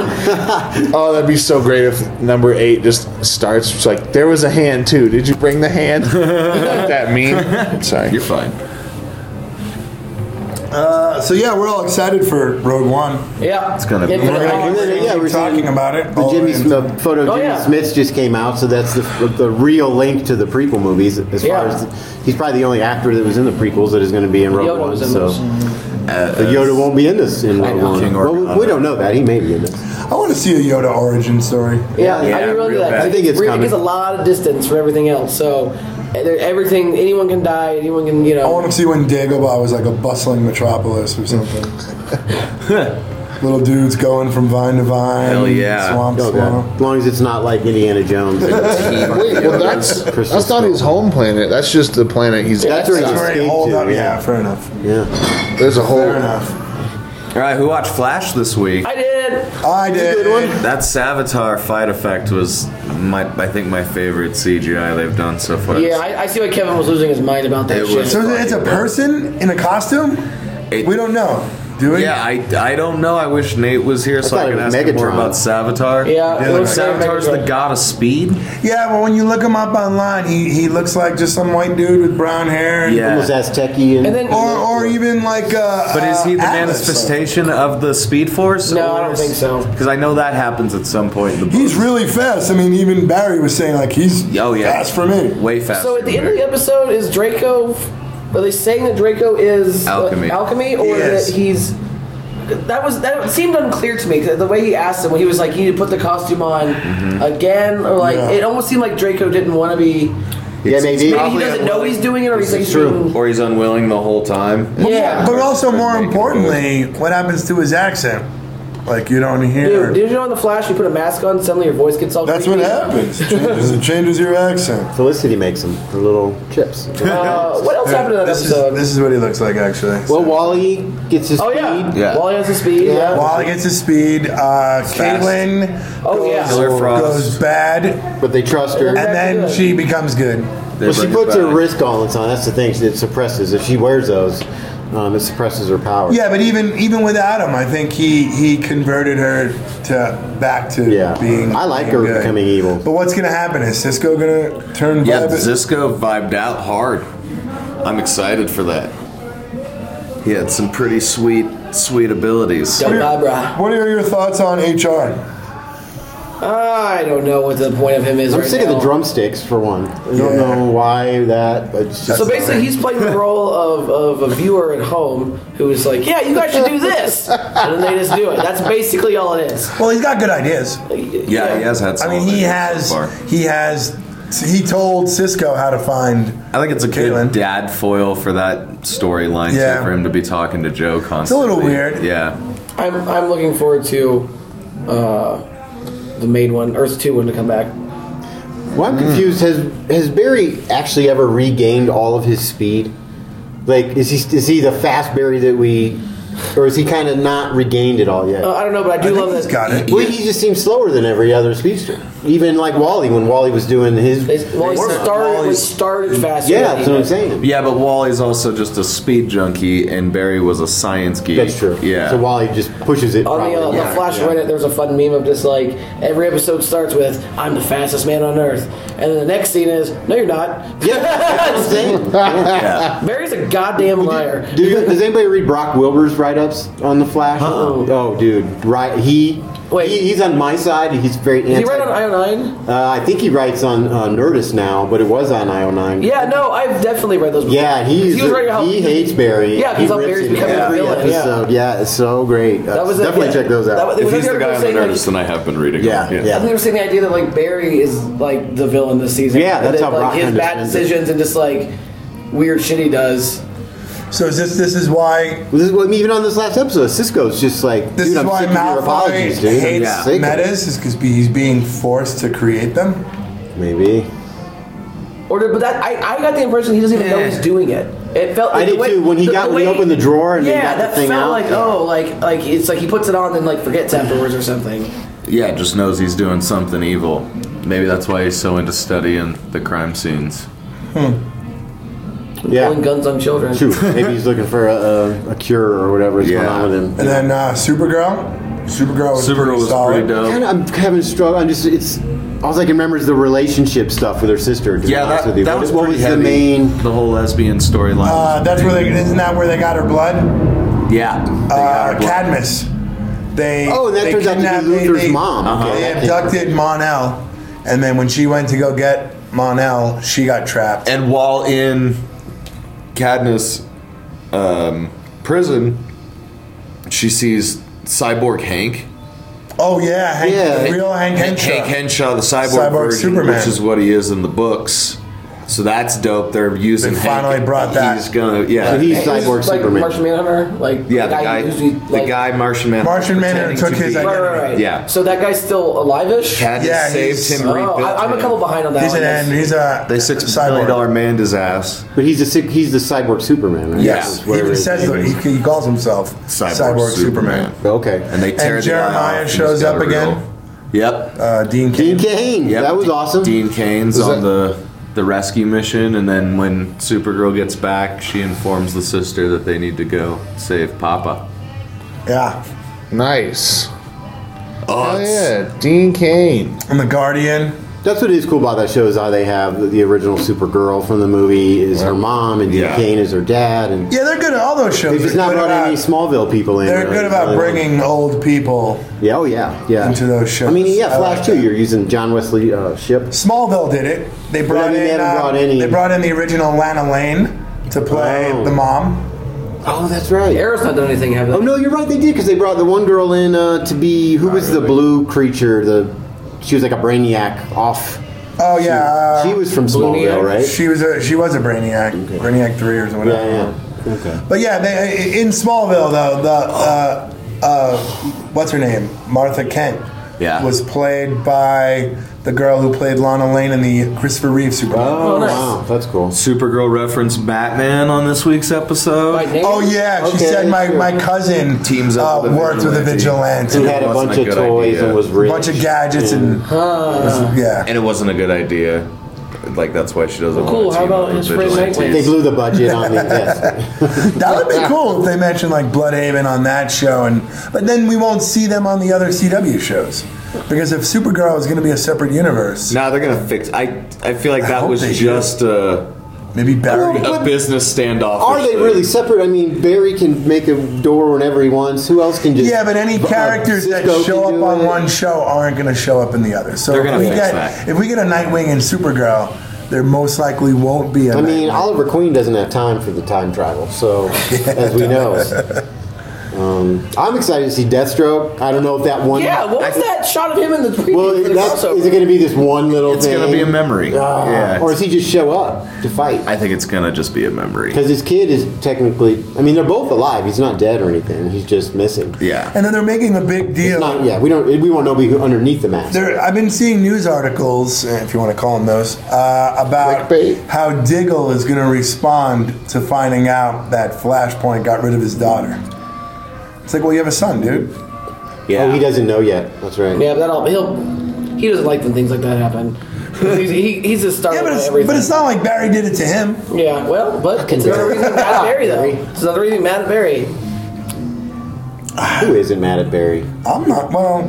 S10: oh, that'd be so great if number eight just starts it's like there was a hand too. Did you bring the hand? you know what that mean? Sorry.
S11: You're fine.
S7: Uh, so yeah, we're all excited for Rogue One.
S9: Yeah, it's
S11: gonna be-
S7: We're gonna, we're gonna
S6: Yeah,
S7: keep
S6: we're
S7: talking
S6: seeing
S7: about it.
S6: The
S7: all
S6: Jimmy
S7: in-
S6: the photo of
S9: Oh,
S6: Jimmy
S9: yeah.
S6: Smith's just came out, so that's the the real link to the prequel movies. As far
S9: Yeah.
S6: as he's probably the only actor that was in the prequels that is going to be in Rogue
S9: Yoda
S6: One.
S9: was in
S6: So
S9: those.
S6: But Yoda won't be in this in Rogue
S9: know.
S6: One.
S11: King
S6: Well,
S11: Organa.
S6: we don't know that he may be in this.
S7: I want to see a Yoda origin story.
S9: Yeah, I
S11: Yeah,
S9: didn't
S11: real
S9: really do that.
S11: bad.
S6: I think it's
S9: really
S6: coming.
S9: gives a lot of distance from everything else. So eh, there- everything, anyone can die. Anyone can, you
S7: I want
S9: know.
S7: to see when Dagobah was like a bustling metropolis or something. Little dudes going from vine to vine.
S11: Hell yeah.
S7: Swamp to
S6: Oh, God.
S7: swamp.
S6: As long as it's not like Indiana Jones. that's
S10: Wait, well that's
S6: Crystal
S10: that's not his
S6: skull.
S10: home planet. That's just the planet he's.
S6: where he
S7: That's where he
S6: escaped
S7: holed up.
S6: to.
S7: Yeah.
S6: Yeah,
S7: fair enough.
S6: yeah.
S10: There's a
S7: Fair
S10: whole.
S7: enough.
S11: All right, who watched Flash this week?
S9: I did.
S7: I did.
S11: That Savitar fight effect was my, I think, my favorite CGI they've done so far.
S9: Yeah, I, I see why Kevin was losing his mind about that
S11: It
S9: shit.
S11: was-
S7: So it's a person in a costume.
S11: It-
S7: we don't know, do we?
S11: Yeah, I, I don't know. I wish Nate was here so
S6: I
S11: I,
S6: thought
S11: could
S6: it was
S11: ask him more
S6: Megatron.
S11: about Savitar.
S9: Yeah,
S7: it looks
S9: like
S11: Savitar's
S9: Megatron.
S11: the god of speed.
S7: Yeah, but when you look him up online, he, he looks like just some white dude with brown hair. and-
S11: Yeah.
S6: Almost Aztec-y and,
S9: And then-
S7: Or, or even like. Uh,
S11: But is he the manifestation of the Speed Force?
S9: No, I don't think so.
S11: Because I know that happens at some point in the book.
S7: He's really fast. I mean, even Barry was saying like he's
S11: oh yeah,
S7: fast for me.
S11: Way faster.
S9: So at the end of the episode, is Draco? Are they saying that Draco is uh,
S11: Alchemy.
S9: alchemy, or
S7: He is.
S9: that he's? that was that seemed unclear to me 'cause the way he asked him when he was like, "You need to put the costume on again," or like
S11: Yeah.
S9: it almost seemed like Draco didn't want to be.
S11: Yeah,
S9: maybe. Maybe he doesn't know he's doing it, or he's like,
S11: true, or he's unwilling the whole time.
S7: Yeah. But also, more importantly, what happens to his accent? Like, you don't hear.
S9: Dude, did you know in the Flash you put a mask on, suddenly your voice gets all. That's
S7: what happens. It changes, it changes your accent.
S6: Felicity makes them for little chips.
S9: Uh, what else happened in that
S7: this
S9: episode?
S7: Is, this is what he looks like, actually.
S6: Well, Wally gets his
S9: Oh,
S6: speed.
S9: yeah.
S7: Yeah.
S9: Wally has the speed. Yeah.
S7: Wally gets his speed. Uh, Caitlin
S9: Oh, yeah.
S7: goes,
S9: Killer Frost.
S7: goes bad.
S6: But they trust her.
S7: And then she becomes good.
S6: well, she puts her wrist gauntlets on. That's the thing. It suppresses. If she wears those, um, it suppresses her power.
S7: Yeah, but even even without him, I think he he converted her to back to being.
S6: I like
S7: being
S6: her
S7: good.
S6: becoming evil.
S7: But what's gonna happen? Is Cisco gonna turn?
S11: Yeah,
S7: vibe-
S11: Zisco vibed out hard. I'm excited for that. He had some pretty sweet, sweet abilities.
S9: Don't Barbara.
S7: What are your thoughts on HR?
S9: I don't know what the point of him is.
S6: I'm
S9: right
S6: sick
S9: now.
S6: of the drumsticks for one. I don't know why that, but it's just
S9: So basically, he's playing the role of, of a viewer at home who is like, "Yeah, you guys should do this," and then they just do it. That's basically all it is.
S7: Well, he's got good ideas.
S11: Yeah, he has had. Some
S7: I mean,
S11: ideas
S7: he has.
S11: So far.
S7: he has. He told Cisco how to find.
S11: I think it's a good dad foil for that storyline too,
S7: Yeah.
S11: for him to be talking to Joe constantly.
S7: little weird.
S11: Yeah.
S9: I'm I'm looking forward to uh, the main one, Earth Two, one to come back.
S6: Well, I'm confused. Has has Barry actually ever regained all of his speed? Like, is he is he the fast Barry that we, or is he kind of not regained it all yet?
S9: Uh, I don't know, but I do love that.
S7: Got it.
S6: well, he just seems slower than every other speedster. Even like Wally, when Wally was doing his,
S9: Well, he started, we started faster.
S6: yeah,
S9: than
S6: that's what I'm
S9: he-
S6: saying.
S11: Yeah, but Wally's also just a speed junkie, and Barry was a science geek.
S6: That's true.
S11: Yeah.
S6: So Wally just pushes it.
S9: On the, uh,
S6: probably.
S9: the Flash Reddit, there's a fun meme of just like every episode starts with "I'm the fastest man on Earth," and then the next scene is "No, you're not."
S6: Yeah, that's what I'm saying.
S11: yeah.
S9: Barry's a goddamn liar.
S6: Do you, does anybody read Brock Wilbur's write-ups on the Flash? Oh, dude, right? He,
S9: Wait.
S6: he he's on my side. He's very anti.
S9: Is he right on IO9?
S6: Uh, I think he writes on uh, Nerdist now, but it was on IO9.
S9: Yeah, no, I've definitely read those. Before.
S6: Yeah, he's,
S9: he was right about
S6: he hates Barry.
S9: Yeah, 'cause
S6: He
S9: how
S6: rips
S9: Barry's
S6: him
S9: becoming a
S6: every
S9: villain, yeah.
S6: Episode. Yeah. it's so great. Uh,
S9: That was it,
S6: definitely
S9: yeah.
S6: check those out.
S9: That was-
S11: If he's
S9: Wasn't
S11: the guy on the
S9: everyone saying,
S11: Nerdist, then I have been reading.
S6: Yeah,
S11: him.
S6: yeah.
S9: I've never seen the idea that like Barry is like the villain this season.
S6: Yeah, that's
S9: that,
S6: how
S9: like,
S6: Rock
S9: his bad
S6: understands it.
S9: decisions and just like weird shit he does.
S7: So is this this is why
S6: This is what, even on this last episode, Cisco's just like,
S7: this
S6: dude,
S7: is
S6: I'm
S7: why
S6: sick of your
S7: Malfoy
S6: apologies, dude.
S7: hates
S6: I'm sick of it.
S7: metas is because he's being forced to create them.
S6: Maybe.
S9: Or but that I, I got the impression he doesn't even know he's doing it. It felt.
S6: I
S9: like, the
S6: did
S9: way-
S6: too, when he got- when he
S9: way-
S6: opened the drawer and then
S9: yeah,
S6: got the
S9: that
S6: thing
S9: felt
S6: out.
S9: like oh like like it's like he puts it on and like forgets afterwards or something.
S11: Yeah, just knows he's doing something evil. Maybe that's why he's so into studying the crime scenes.
S6: Yeah.
S9: Pulling guns on children.
S6: True. Maybe he's looking for a, a, a cure or whatever is
S11: Yeah.
S6: going on with him.
S7: And then uh, Supergirl, Supergirl was
S11: Supergirl
S7: pretty
S11: was
S7: solid.
S11: pretty dope.
S6: Kinda, I'm having a struggle. I'm just it's. All I can remember is the relationship stuff with her sister. To
S11: Yeah,
S6: be honest
S11: that,
S6: with you.
S11: that
S6: What-
S11: was
S6: what
S11: pretty
S6: was the
S11: heavy.
S6: main.
S11: the whole lesbian storyline.
S7: Uh, that's where they isn't that where they got her blood?
S11: yeah, they
S7: Uh,
S11: got her blood.
S7: Cadmus. They
S6: Oh, and that
S7: they
S6: turns out to be
S7: kidnapped-
S6: Luther's mom.
S11: Uh-huh.
S6: Okay,
S7: They
S6: that came-
S7: abducted Monel, and then when she went to go get Monel, she got trapped.
S11: and while in Cadmus um, prison, she sees cyborg Hank.
S7: Oh yeah, Hank,
S6: Yeah.
S7: real Hank Henshaw.
S11: Hank Henshaw, the cyborg,
S7: Cyborg
S11: version,
S7: Superman.
S11: which is what he is in the books. So that's dope. They're using.
S7: They
S11: Hank.
S7: finally brought that.
S11: He's gonna. Yeah.
S6: So he's
S9: He's
S6: cyborg
S9: like
S6: Superman.
S9: Martian Manhunter, like
S11: yeah. The guy.
S9: who's, like-
S11: the guy. Martian Manhunter.
S7: Martian Manhunter
S11: pretending
S7: took
S11: to
S7: his
S11: be-
S9: Right, right, right.
S11: Yeah.
S9: So that guy's still alive-ish.
S11: Cadmus
S7: Yeah, he's-
S11: saved him.
S9: Oh,
S11: rebuilt
S9: I, I'm a
S11: him.
S9: couple behind on that.
S7: He's
S9: one,
S7: an
S9: yes.
S7: he's a
S11: They six
S7: cyborg.
S11: million dollar manned his ass.
S6: But he's the sick- he's the cyborg Superman. Right?
S11: Yes.
S6: That's
S7: He
S6: whatever
S7: even
S6: his
S7: says
S6: name
S7: that
S6: is.
S7: he, he calls himself Cyborg, Superman.
S6: Okay.
S11: And they tear
S7: And
S11: the eye off
S7: Jeremiah
S11: and
S7: shows
S11: he's got
S7: up
S11: a real-
S7: again.
S11: Yep.
S7: Uh, Dean
S6: Dean
S7: Cain.
S6: Kane.
S11: Yep,
S6: That was
S11: D-
S6: awesome.
S11: Dean Kane's
S10: Was
S11: on
S10: that-
S11: the the rescue mission, and then when Supergirl gets back, she informs the sister that they need to go save Papa.
S7: Yeah.
S10: Nice.
S11: Oh,
S10: Oh
S11: it's-
S10: yeah, Dean Kane.
S7: And the Guardian.
S6: That's what is cool about that show is how they have the- the original Supergirl from the movie is her mom and Dean
S11: Yeah.
S6: Kane is her dad and
S7: Yeah, they're good. at All those shows.
S6: they've just
S7: are
S6: not
S7: good
S6: brought
S7: about,
S6: any Smallville people in.
S7: They're
S6: right?
S7: good about
S6: Really.
S7: bringing old people.
S6: Yeah. Oh yeah. Yeah.
S7: into those shows.
S6: I mean, yeah,
S7: I
S6: Flash
S7: like
S6: too.
S7: that.
S6: You're using John Wesley uh, ship.
S7: Smallville did it. They
S6: I
S7: brought
S6: mean, they
S7: in.
S6: haven't
S7: uh,
S6: brought any-
S7: They brought in the original Lana Lane to play
S6: Oh.
S7: the mom.
S6: Oh, that's right.
S9: Arrow's not done anything, have they?
S6: Oh no, you're right. They did because they brought the one girl in uh, to be who was the blue creature. The she was like a brainiac off.
S7: Oh yeah,
S6: she, she was from Smallville, right?
S7: She was a she was a Brainiac, Brainiac three or something.
S6: Yeah, yeah. Okay.
S7: But yeah, they, in Smallville though, the uh, uh, what's her name, Martha Kent,
S11: Yeah.
S7: was played by the girl who played Lana Lane in the Christopher Reeve Superman.
S6: Oh, wow, that's cool.
S11: Supergirl referenced Batman on this week's episode.
S7: Oh yeah, she
S6: Okay,
S7: said my,
S6: sure.
S7: my cousin
S11: Teams
S7: uh,
S11: up with a
S7: worked with a
S11: vigilante.
S7: vigilante,
S6: Who had a
S11: Wasn't
S6: bunch
S11: a
S6: of
S11: good
S6: toys
S11: idea.
S6: and was rich.
S7: bunch of gadgets and yeah.
S11: and it wasn't a good idea. Like that's why she doesn't.
S9: Cool,
S11: Want to
S9: how
S11: team
S9: about
S11: up with
S9: his friend
S11: vigilantes.
S9: Nightwing?
S6: They blew the budget on the yes.
S7: That would be cool if they mentioned like Bloodhaven on that show, and but then we won't see them on the other CW shows because if Supergirl is going to be a separate universe,
S11: Nah, they're gonna fix. I I feel like
S7: I
S11: that
S7: hope
S11: was
S7: they do.
S11: just a,
S7: maybe Barry.
S11: a business standoff.
S6: Are they really separate? I mean, Barry can make a door whenever he wants. Who else can just?
S7: Yeah, but any
S6: uh,
S7: characters that
S6: Cisco
S7: show
S6: can
S7: up
S6: do
S7: on
S6: it.
S7: one show aren't going to show up in the other. So
S11: They're
S7: if
S11: gonna
S7: we
S11: fix
S7: get
S11: that.
S7: if we get a Nightwing and Supergirl, there most likely won't be a
S6: I mean,
S7: Nightwing.
S6: Oliver Queen doesn't have time for the time travel, so as we know. Um, I'm excited to see Deathstroke. I don't know if that one.
S9: Yeah, what was that shot of him in the preview?
S6: Well,
S9: for the
S6: that's,
S9: crossover?
S6: is it going to be this one little
S11: It's
S6: thing?
S11: gonna be a memory.
S6: Ah,
S11: yeah.
S6: Or does he just show up to fight?
S11: I think it's gonna just be a memory.
S6: Because his kid is technically. I mean, they're both alive. He's not dead or anything. He's just missing.
S11: Yeah.
S7: and then they're making a big deal.
S6: Not, yeah, we don't. We won't know who underneath the mask.
S7: There, I've been seeing news articles, eh, if you want to call them those, uh, about
S6: Clickbait.
S7: how Diggle is going to respond to finding out that Flashpoint got rid of his daughter. It's like, well, you have a son, dude.
S6: Oh, he doesn't know yet. That's right.
S9: Yeah, that'll he'll he doesn't like when things like that happen. 'Cause He's, he, he's a star.
S7: Yeah, but
S9: about
S7: it's,
S9: everything.
S7: but it's not like Barry did it to him.
S9: Yeah, well, but it's another reason mad at Barry though. It's another reason mad at Barry.
S6: Who isn't mad at Barry?
S7: I'm not. Well,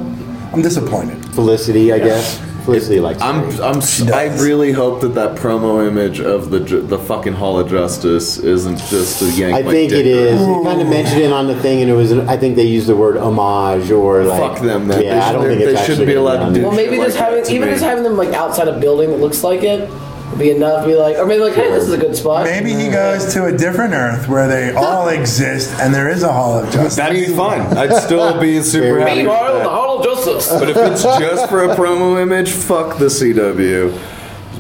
S7: I'm disappointed.
S6: Felicity, I guess. Felicity likes.
S11: I'm,
S6: Barry.
S11: I'm, si really hope that that promo image of the ju- the fucking Hall of Justice isn't just a yank.
S6: I
S11: my
S6: think
S11: dick
S6: it is.
S11: or-
S6: You kind of mentioned it on the thing, and it was. I think they used the word homage or like.
S11: Fuck them. Then.
S6: Yeah, I don't think it's
S11: they
S6: actually
S11: shouldn't be
S6: gonna
S11: allowed
S6: done.
S11: to do.
S9: Well, maybe
S11: shit
S9: just
S11: like that
S9: having
S11: to
S9: even
S11: me.
S9: just having them like outside a building that looks like it would be enough. to Be like, or maybe like, hey, this is a good spot.
S7: Maybe he goes to a different Earth where they all exist and there is a Hall of Justice.
S11: That'd be fun. I'd still be super happy.
S9: Meanwhile,
S11: with
S9: in
S11: that.
S9: the Hall of Justice.
S11: But if it's just for a promo image, fuck the CW.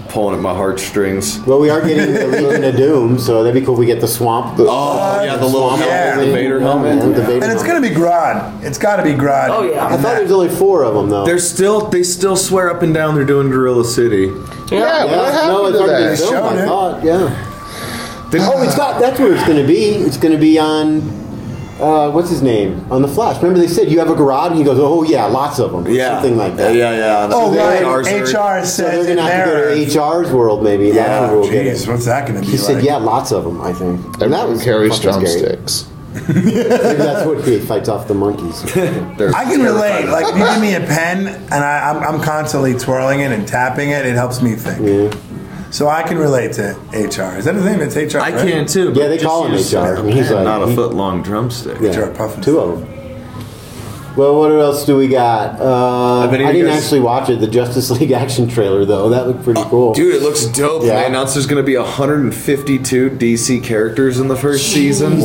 S11: Pulling at my heartstrings.
S6: Well, we are getting the Legion of Doom, so that'd be cool. if We get the swamp.
S11: Oh yeah, the little helmet,
S7: yeah.
S11: the Vader helmet.
S6: Yeah, the Vader
S7: and it's
S6: helmet.
S7: going to be Grodd. It's got to be Grodd.
S9: Oh, yeah.
S6: I thought there's only four of them though.
S11: They're still they still swear up and down they're doing Gorilla
S10: Yeah,
S11: City.
S6: Yeah,
S10: what
S6: no,
S10: happened
S6: it's
S10: to
S6: already
S10: that?
S6: been filmed.
S7: Showed
S6: I
S7: it.
S6: thought, yeah.
S11: They-
S6: Oh, it's got. That's where it's going to be. It's going to be on. Uh, what's his name on the Flash? Remember they said you have a garage, and he goes, "Oh yeah, lots of them."
S11: yeah,
S6: something like that.
S11: Yeah, yeah.
S7: Oh,
S11: So
S7: right.
S11: they- ours are-
S7: HR
S6: So
S7: says
S6: they're
S7: in
S6: going to have
S7: their
S6: to
S7: Earth.
S6: go to HR's world, maybe. That's where
S7: Yeah,
S6: we'll get it.
S7: jeez, what's that going to be
S6: He
S7: like?
S6: said, "Yeah, lots of them." I think. And that was
S10: carries
S6: fucking scary.
S10: drumsticks.
S6: Maybe that's what he fights off the monkeys.
S11: they're
S7: I
S11: terrified.
S7: can relate. Like, if you give me a pen and I, I'm, I'm constantly twirling it and tapping it, it helps me think.
S6: Yeah,
S7: So I can relate to HR. Is that his name? It's HR.
S11: I
S7: right?
S11: can too.
S6: Yeah, they
S11: but just
S6: call him
S11: use
S6: HR.
S11: a
S6: I mean, he's
S11: pen,
S6: like-
S11: not a
S6: he-
S11: foot long drumstick.
S6: yeah.
S7: Jar Puffins.
S6: two of them. Well, what else do we got? Uh, I
S11: Have any of you
S6: didn't
S11: guys-
S6: actually watch it. The Justice League action trailer, though, that looked
S7: Oh,
S6: pretty cool.
S11: Dude, it looks dope.
S6: Yeah.
S11: They announced there's going to be 152 DC characters in the first season.
S9: Of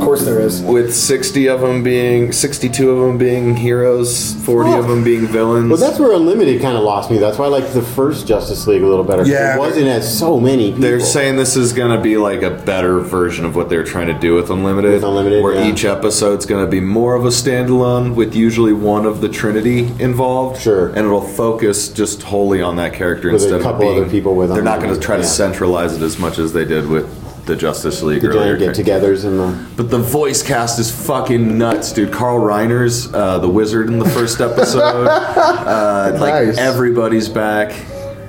S9: course there is.
S11: With 60 of them being 62 of them being heroes, 40 of them being villains.
S6: Well, that's where Unlimited kind of lost me. That's why I liked the first Justice League a little better. 'cause
S7: Yeah.
S6: it wasn't as so many. People.
S11: They're saying this is going to be like a better version of what they're trying to do with Unlimited.
S6: With Unlimited,
S11: where
S6: yeah.
S11: each episode's going to be more of a standalone with usually one of the Trinity involved.
S6: Sure.
S11: And it'll focus just wholly on that character
S6: With a
S11: instead
S6: couple
S11: of
S6: other
S11: being,
S6: people with
S11: They're not going to
S6: Unlimited,
S11: try to
S6: yeah.
S11: centralize it as much as they did with the Justice League
S6: the
S11: earlier.
S6: giant get-togethers and the
S11: But the voice cast is fucking nuts, dude. Carl Reiner's uh, the wizard in the first episode. uh, like
S10: Nice.
S11: everybody's back.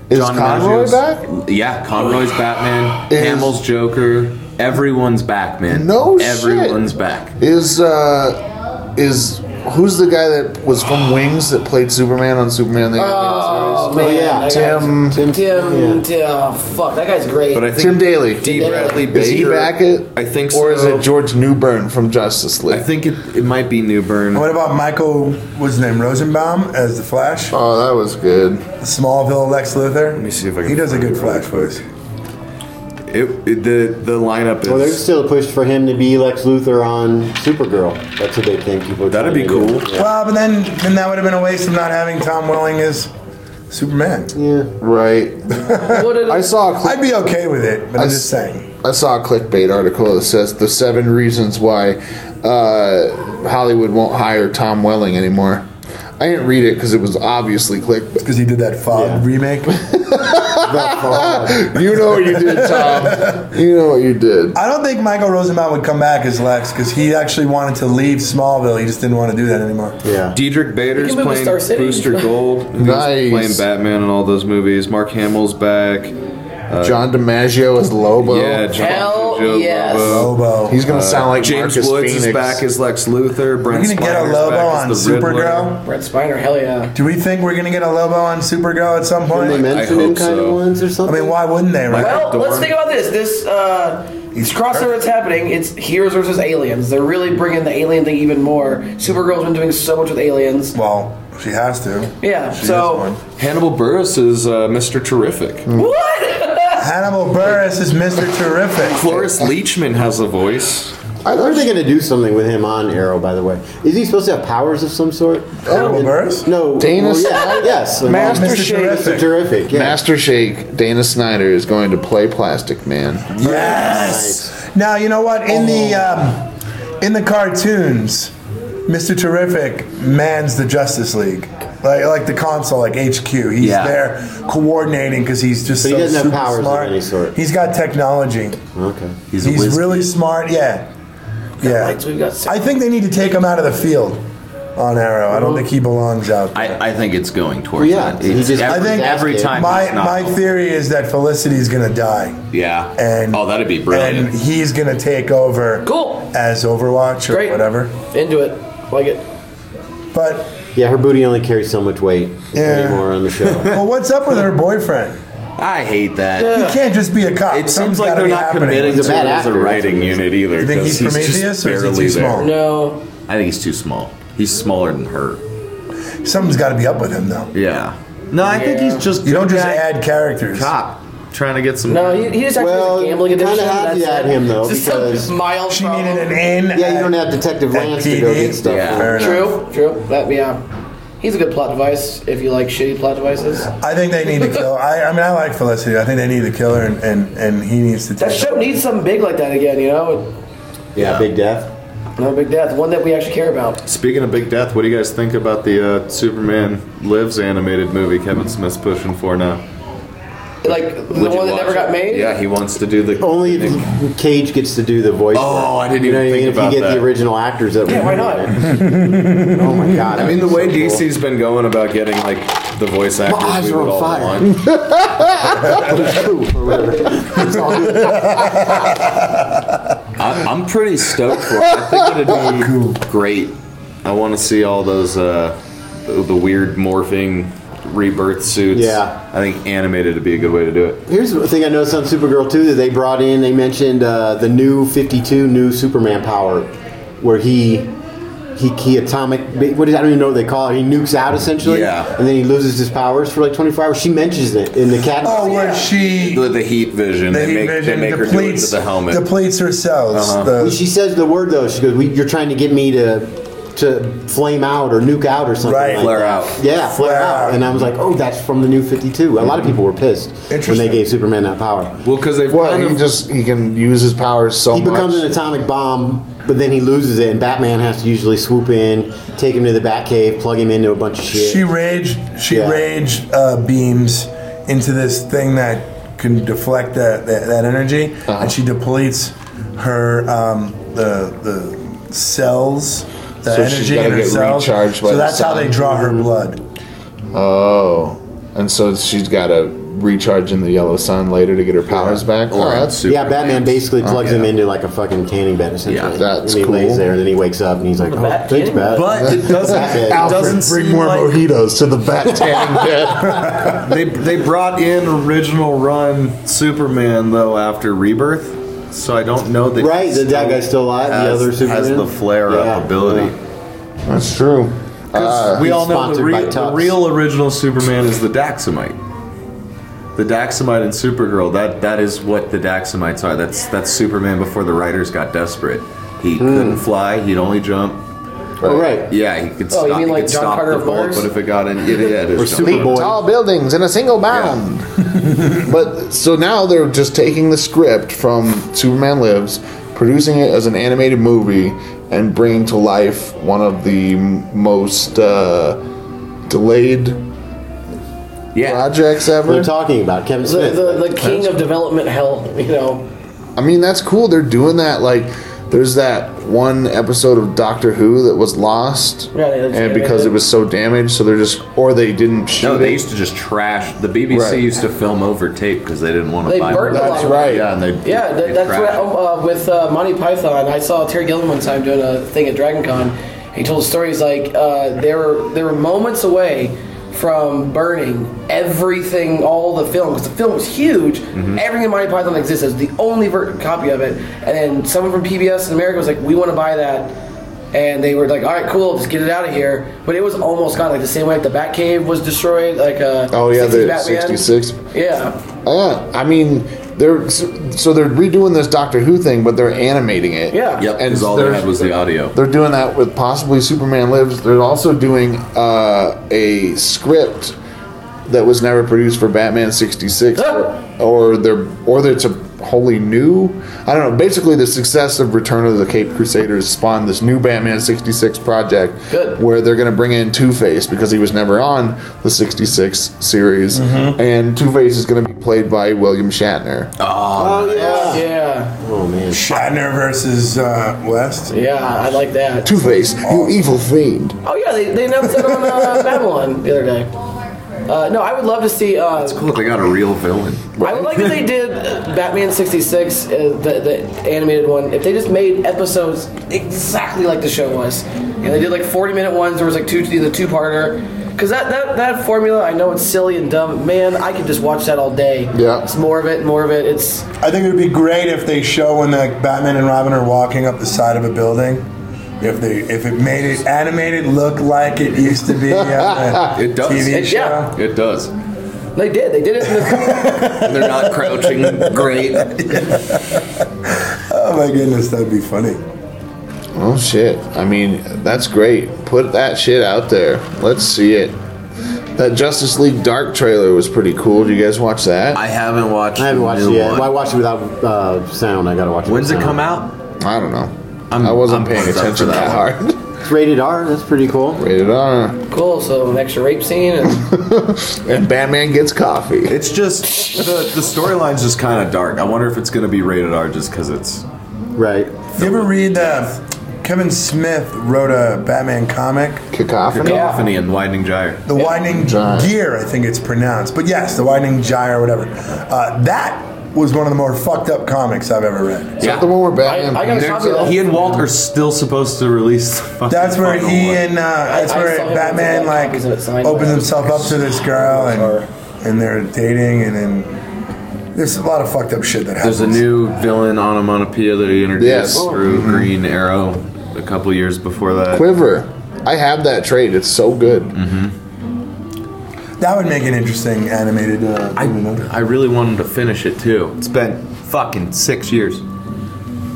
S10: Is Conroy
S11: Maggio's-
S10: back?
S11: Yeah, Conroy's Batman.
S10: Is-
S11: Hamill's Joker. Everyone's back, man.
S10: No shit.
S11: everyone's back.
S10: Is uh is who's the guy that was from Wings that played Superman on Superman the
S9: Oh
S10: Animated
S9: man,
S6: yeah,
S9: that
S10: Tim-
S9: guy's- Tim, Tim, oh, fuck, that guy's great.
S11: But I
S10: Series? Tim
S11: think
S10: Daly.
S11: D. Bradley Baker.
S10: Is he back it?
S11: I think
S10: Or is
S11: so.
S10: it George Newbern from Justice League?
S11: I think it, it might be Newburn.
S7: What about Michael, what's his name, Rosenbaum as the Flash?
S10: Oh, that was good.
S7: Smallville Lex Luthor? Let
S11: me see if I can
S7: He does a
S11: find
S7: good
S11: it really
S7: Flash voice.
S11: It, it- the the lineup is.
S6: Well, there's still a push for him to be Lex Luthor on Supergirl. That's what they think people. are
S11: That'd
S6: trying
S11: be
S6: to do.
S11: cool.
S6: Yeah.
S7: Well, but then then that would have been a waste of not having Tom Welling as Superman.
S10: Right. I saw a clip.
S7: I'd be okay with it, but
S10: I
S7: I'm
S10: s-
S7: just saying.
S10: I saw a clickbait article that says the seven reasons why uh, Hollywood won't hire Tom Welling anymore. I didn't read it because it was obviously clickbait.
S7: Because he did that Fog
S6: Yeah.
S7: remake.
S10: You know what you did, Tom. You know what you did.
S7: I don't think Michael Rosenbaum would come back as Lex because he actually wanted to leave Smallville. He just didn't want to do that anymore.
S6: Yeah.
S11: Diedrich Bader's
S9: You can move to
S11: playing
S9: Star City.
S11: Booster Gold. He was
S10: Nice.
S11: Playing Batman in all those movies. Mark Hamill's back.
S10: John DiMaggio is Lobo.
S11: yeah, John
S9: Hell
S11: Joe
S9: yes.
S11: Lobo.
S7: Lobo.
S10: He's gonna sound like
S11: James
S10: Marcus
S11: Woods
S10: Phoenix.
S11: is back as Lex Luthor.
S7: We're
S11: Brent
S7: gonna get a
S11: Spiner's
S7: Lobo
S11: back as
S7: on
S11: the Riddler.
S7: Supergirl.
S9: Brett Spiner, hell yeah.
S7: Do we think we're gonna get a Lobo on Supergirl at some
S6: Didn't they
S7: point?
S6: mention
S11: hope
S6: him kind
S11: so.
S6: of once or
S7: I
S6: something?
S7: mean, why wouldn't they? Right?
S9: Well,
S11: Dorn.
S9: let's think about this. This uh, this crossover that's happening, it's heroes versus aliens. They're really bringing the alien thing even more. Supergirl's been doing so much with aliens.
S7: Well, she has to.
S9: Yeah,
S7: She
S9: so-
S7: is one.
S11: Hannibal Burris is uh, Mr. Terrific.
S9: What?
S7: Hannibal Burris is Mr. Terrific.
S11: Cloris Leachman has a voice.
S6: I heard they're going to do something with him on Arrow. By the way, is he supposed to have powers of some sort? Oh,
S7: Hannibal Burris?
S6: No.
S10: Dana
S6: well, yeah,
S10: Snyder?
S6: yes.
S10: Master
S7: Mr.
S10: Shake.
S6: Mr.
S7: Terrific.
S6: Terrific. Yeah.
S10: Master Shake Dana Snyder is going to play Plastic Man.
S7: Yes. Now you know what in the
S13: Oh.
S7: um, in the cartoons, Mr. Terrific mans the Justice League, like like the console, like HQ. He's
S1: Yeah.
S7: there coordinating because he's just
S6: But he
S7: so
S6: doesn't have
S7: super
S6: powers of
S7: smart.
S6: any sort.
S7: He's got technology.
S6: Okay.
S7: He's,
S1: a whiz
S7: really
S1: kid.
S7: smart. Yeah, yeah.
S9: Lights, we've got six.
S7: I think they need to take him out of the field on Arrow. I don't think he belongs out. there.
S13: I, I think it's going towards
S6: Well, yeah,
S13: that.
S6: he
S13: It's
S6: just-
S13: every,
S7: I think-
S13: every time.
S7: My
S13: he's not-
S7: my theory is that Felicity's gonna die.
S13: yeah.
S7: and
S13: oh, that'd be brilliant.
S7: And he's gonna take over.
S9: Cool.
S7: As Overwatch or
S9: Great.
S7: whatever.
S9: Into it. Like it.
S7: But
S6: Yeah, her booty only carries so much weight
S7: Yeah.
S6: anymore on the show.
S7: well, what's up with her boyfriend?
S13: I hate that.
S7: He can't just be a cop.
S13: It
S7: Something's
S13: seems like
S7: gotta
S13: they're
S7: be
S13: not
S7: happening.
S13: committing
S6: He's a
S13: to
S6: bad
S13: it as a
S6: actor.
S13: writing unit either.
S7: You think
S13: 'cause
S7: he's
S13: he's just
S7: Prometheus or is he
S13: barely
S7: too
S13: there.
S7: small?
S9: No.
S13: I think he's too small. He's smaller than her.
S7: Something's got to be up with him, though.
S13: Yeah. No, I think he's just
S7: You don't just
S13: guy
S7: add characters.
S13: cop trying to get some.
S9: No, he, he just actually
S6: Well,
S9: has a gambling
S6: you kinda
S9: addiction.
S6: have
S9: that's
S6: to add
S9: it.
S6: him, though,
S9: It's just some
S6: because
S9: mild
S7: She
S9: problem.
S7: needed an in.
S6: yeah, you
S7: at-
S6: don't have Detective
S7: at
S6: Lance to go
S7: PD.
S6: get stuff.
S13: Yeah.
S6: for.
S7: Fair enough.
S9: True, true. That yeah. He's a good plot device if you like shitty plot devices.
S7: I think they need to kill. I, I mean, I like Felicity. I think they need to kill her, and, and, and he needs to.
S9: That
S7: Take
S9: show needs something big like that again, you know?
S6: Yeah, Big Death.
S9: Another big death, one that we actually care about.
S11: Speaking of Big Death, what do you guys think about the uh, Superman Lives animated movie Kevin Smith's pushing for now?
S9: Like the
S13: Would you
S9: one that
S13: watch
S9: never got
S13: it?
S9: made.
S11: Yeah, he wants to do the
S6: Only if Cage gets to do the voice.
S13: Oh,
S6: work.
S13: I didn't
S6: you know
S13: even
S6: what I mean?
S13: think
S6: If you
S13: about
S6: get
S13: that.
S6: the original actors that
S9: Yeah,
S6: were
S9: why
S6: in
S9: not?
S6: it. oh my god!
S11: I mean, the way DC's been going about getting like the voice actors,
S6: eyes
S11: we
S6: are
S11: would
S6: on
S11: all
S6: fire.
S11: want.
S13: I, I'm pretty stoked for it. I think it'd be great.
S11: I want to see all those uh, the, the weird morphing rebirth suits.
S6: Yeah.
S11: I think animated would be a good way to do it.
S6: Here's the thing I noticed on Supergirl too that they brought in. They mentioned uh, the new 52, new Superman power, where he he he atomic. What is I don't even know what they call it. He nukes out essentially,
S13: Yeah.
S6: and then he loses his powers for like 24 hours. She mentions it in the cat.
S7: Oh, where she
S13: The, the heat vision.
S7: the
S13: they
S7: heat
S13: make,
S7: vision
S13: they make her do it
S7: depletes
S13: to the helmet. Uh-huh.
S7: depletes her cells.
S6: Well,
S7: The-
S6: she says the word though. She goes, we, "You're trying to get me to." To flame out or nuke out or something.
S7: Right.
S6: like
S13: Flare
S6: that.
S13: out.
S6: Yeah, flare,
S7: Flare
S6: out.
S7: out.
S6: And I was like, oh, that's from the new 52. A lot of people were pissed when they
S7: Interesting.
S6: gave Superman that power.
S11: Well, because they've
S10: Well,
S11: kind
S10: he
S11: of-
S10: just he can use his powers so
S6: He
S10: much.
S6: becomes an atomic bomb, but then he loses it, and Batman has to usually swoop in, take him to the Batcave, plug him into a bunch of shit.
S7: She rage. She
S6: Yeah.
S7: rage uh, beams into this thing that can deflect that that, that energy,
S10: Uh-huh.
S7: and she depletes her um, the the cells, the
S10: So she's
S7: energy
S10: gotta
S7: in her
S10: get
S7: cells.
S10: recharged by
S7: so
S10: the
S7: that's how
S10: sun. Mm-hmm.
S7: they draw her blood.
S10: oh, and so she's got to recharge in the yellow sun later to get her powers back. Oh, that's
S6: yeah, Batman basically plugs him into like a fucking tanning bed, essentially.
S10: Yeah, that's
S6: and he lays
S10: cool.
S6: there, and then he wakes up, and he's like, "Oh,
S9: Bat
S6: thanks,
S9: tanning
S6: Bat."
S11: But it doesn't.
S6: Batman.
S11: It
S6: Alfred,
S11: doesn't
S10: bring
S11: seem
S10: more
S11: like
S10: mojitos to the bat tanning bed.
S11: they they brought in original run Superman though after Rebirth, so I don't know that
S6: Right,
S11: he
S6: that- that
S11: still
S6: guy's still alive, the
S11: Has,
S6: other
S11: has
S6: Superman?
S11: the flare up
S6: Yeah,
S11: ability.
S10: That's true.
S11: 'Cause
S10: Uh,
S11: we
S6: he's
S11: all know the
S6: sponsored by
S11: real, the
S6: Tufts.
S11: real original Superman is the Daxamite. The Daxamite and Supergirl. That that is what the Daxamites are. That's that's Superman before the writers got desperate. He
S6: Hmm.
S11: couldn't fly. He'd only jump.
S10: Oh, right.
S11: Yeah, he could
S10: Oh,
S11: stop.
S10: you mean
S11: he
S10: like
S11: could
S10: John
S11: stop
S10: Carter
S11: the
S10: of
S11: bolt,
S10: Mars?
S11: but if it got in, yeah, yeah, it is John
S10: Leap
S11: Carter.
S10: tall buildings in a single bound. but so now they're just taking the script from Superman Lives, producing it as an animated movie, and bringing to life one of the m- most uh, delayed projects ever.
S6: They're talking about Kevin
S9: The, the, the king of development hell, you know.
S10: I mean, that's cool. They're doing that. Like, there's that one episode of Doctor Who that was lost,
S9: Yeah, they just
S10: and because
S9: animated.
S10: it was so damaged, so they're just or they didn't shoot
S11: No,
S10: it.
S11: they used to just trash. The BBC
S10: Right.
S11: used to film over tape because they didn't want to
S9: They
S11: buy.
S9: burned a lot That's of it. right.
S11: Yeah, and they
S9: Yeah,
S11: they
S9: that, that's
S11: trashed
S9: what
S11: it.
S9: uh, with uh, Monty Python. I saw Terry Gilliam one time doing a thing at Dragon Con. He told stories like uh, they were they were moments away from burning everything, all the film because the film was huge.
S10: Mm-hmm.
S9: Everything in Monty Python that exists is the only ver- copy of it. And then someone from PBS in America was like, "We want to buy that." And they were like, "All right, cool, just get it out of here." But it was almost gone, like the same way like the Batcave was destroyed, like uh,
S10: Oh yeah,
S9: 60s
S10: the
S9: Batman.
S10: '66.
S9: Yeah,
S10: Yeah, I mean, they're so they're redoing this Doctor Who thing, but they're animating it.
S9: Yeah.
S11: Yep, because all they
S10: they're-
S11: had was the audio.
S10: They're doing that with possibly Superman Lives. They're also doing uh, a script that was never produced for Batman '66, or, or they're or that it's a wholly new. I don't know. Basically, the success of Return of the Cape Crusaders spawned this new Batman '66 project,
S9: Good.
S10: where they're going to bring in Two Face because he was never on the '66 series,
S9: Mhm.
S10: and Two Face is going to be played by William Shatner.
S9: Oh, yeah. Yeah.
S10: Oh man,
S7: Shatner versus uh, West.
S9: Yeah, I like that.
S10: Two Face, you evil fiend.
S9: Oh, yeah, they, they announced it on uh, Babylon the other day. Uh, no, I would love to see. Uh, That's
S11: cool. They got a real villain.
S9: I would like that they did uh, Batman 66, uh, the, the animated one. If they just made episodes exactly like the show was, and they did like 40 minute ones, there was like two the two parter. Because that, that, that formula, I know it's silly and dumb. but Man, I could just watch that all day. Yeah. It's more of it, more of it. It's
S7: I think it would be great if they show when like Batman and Robin are walking up the side of a building. If they if it made it animated look like it used to be on the
S11: It does.
S7: TV show.
S11: Yeah, it does.
S9: They did. They did it. In the-
S11: They're not crouching. Great.
S7: Oh my goodness, that'd be funny.
S10: Oh shit! I mean, that's great. Put that shit out there. Let's see it. That Justice League Dark trailer was pretty cool. Did you guys watch that? I
S11: haven't watched.
S6: I haven't watched it yet. Well, I watched it without uh, sound. I gotta watch it.
S10: When's it come
S11: out?
S10: I don't know. I'm, I was not paying
S11: pumped up
S10: attention
S11: for
S10: that,
S11: that
S10: hard.
S6: It's rated R. That's pretty cool.
S10: Rated R.
S9: Cool. So an extra rape scene. And
S10: And Batman gets coffee.
S11: It's just the the storyline's just kind of dark. I wonder if it's going to be rated R just because it's
S6: right.
S7: You ever read uh, Kevin Smith wrote a Batman comic?
S10: Cacophony.
S11: Cacophony and Widening Gyre.
S7: The Winding
S10: Gyre.
S7: Gear, I think it's pronounced. But yes, The Winding Gyre or whatever. Uh, that was one of the more fucked up comics I've ever read.
S10: Is that the one where Batman?
S7: I- I got a
S11: They're-
S7: copy of that.
S11: He and Walt are still supposed to release. The fucking
S7: That's where
S11: final
S7: he
S11: one.
S7: and uh, that's where Batman like opens himself up to this girl and and they're dating and then there's a lot of fucked up shit that happens.
S11: There's a new villain onomatopoeia that he introduced
S10: Yes. Oh, mm-hmm.
S11: through Green Arrow a couple years before that.
S10: Quiver. I have that trade. It's so good.
S7: that would make an interesting animated. Uh, I,
S11: I really want him to finish it too. It's been fucking six years.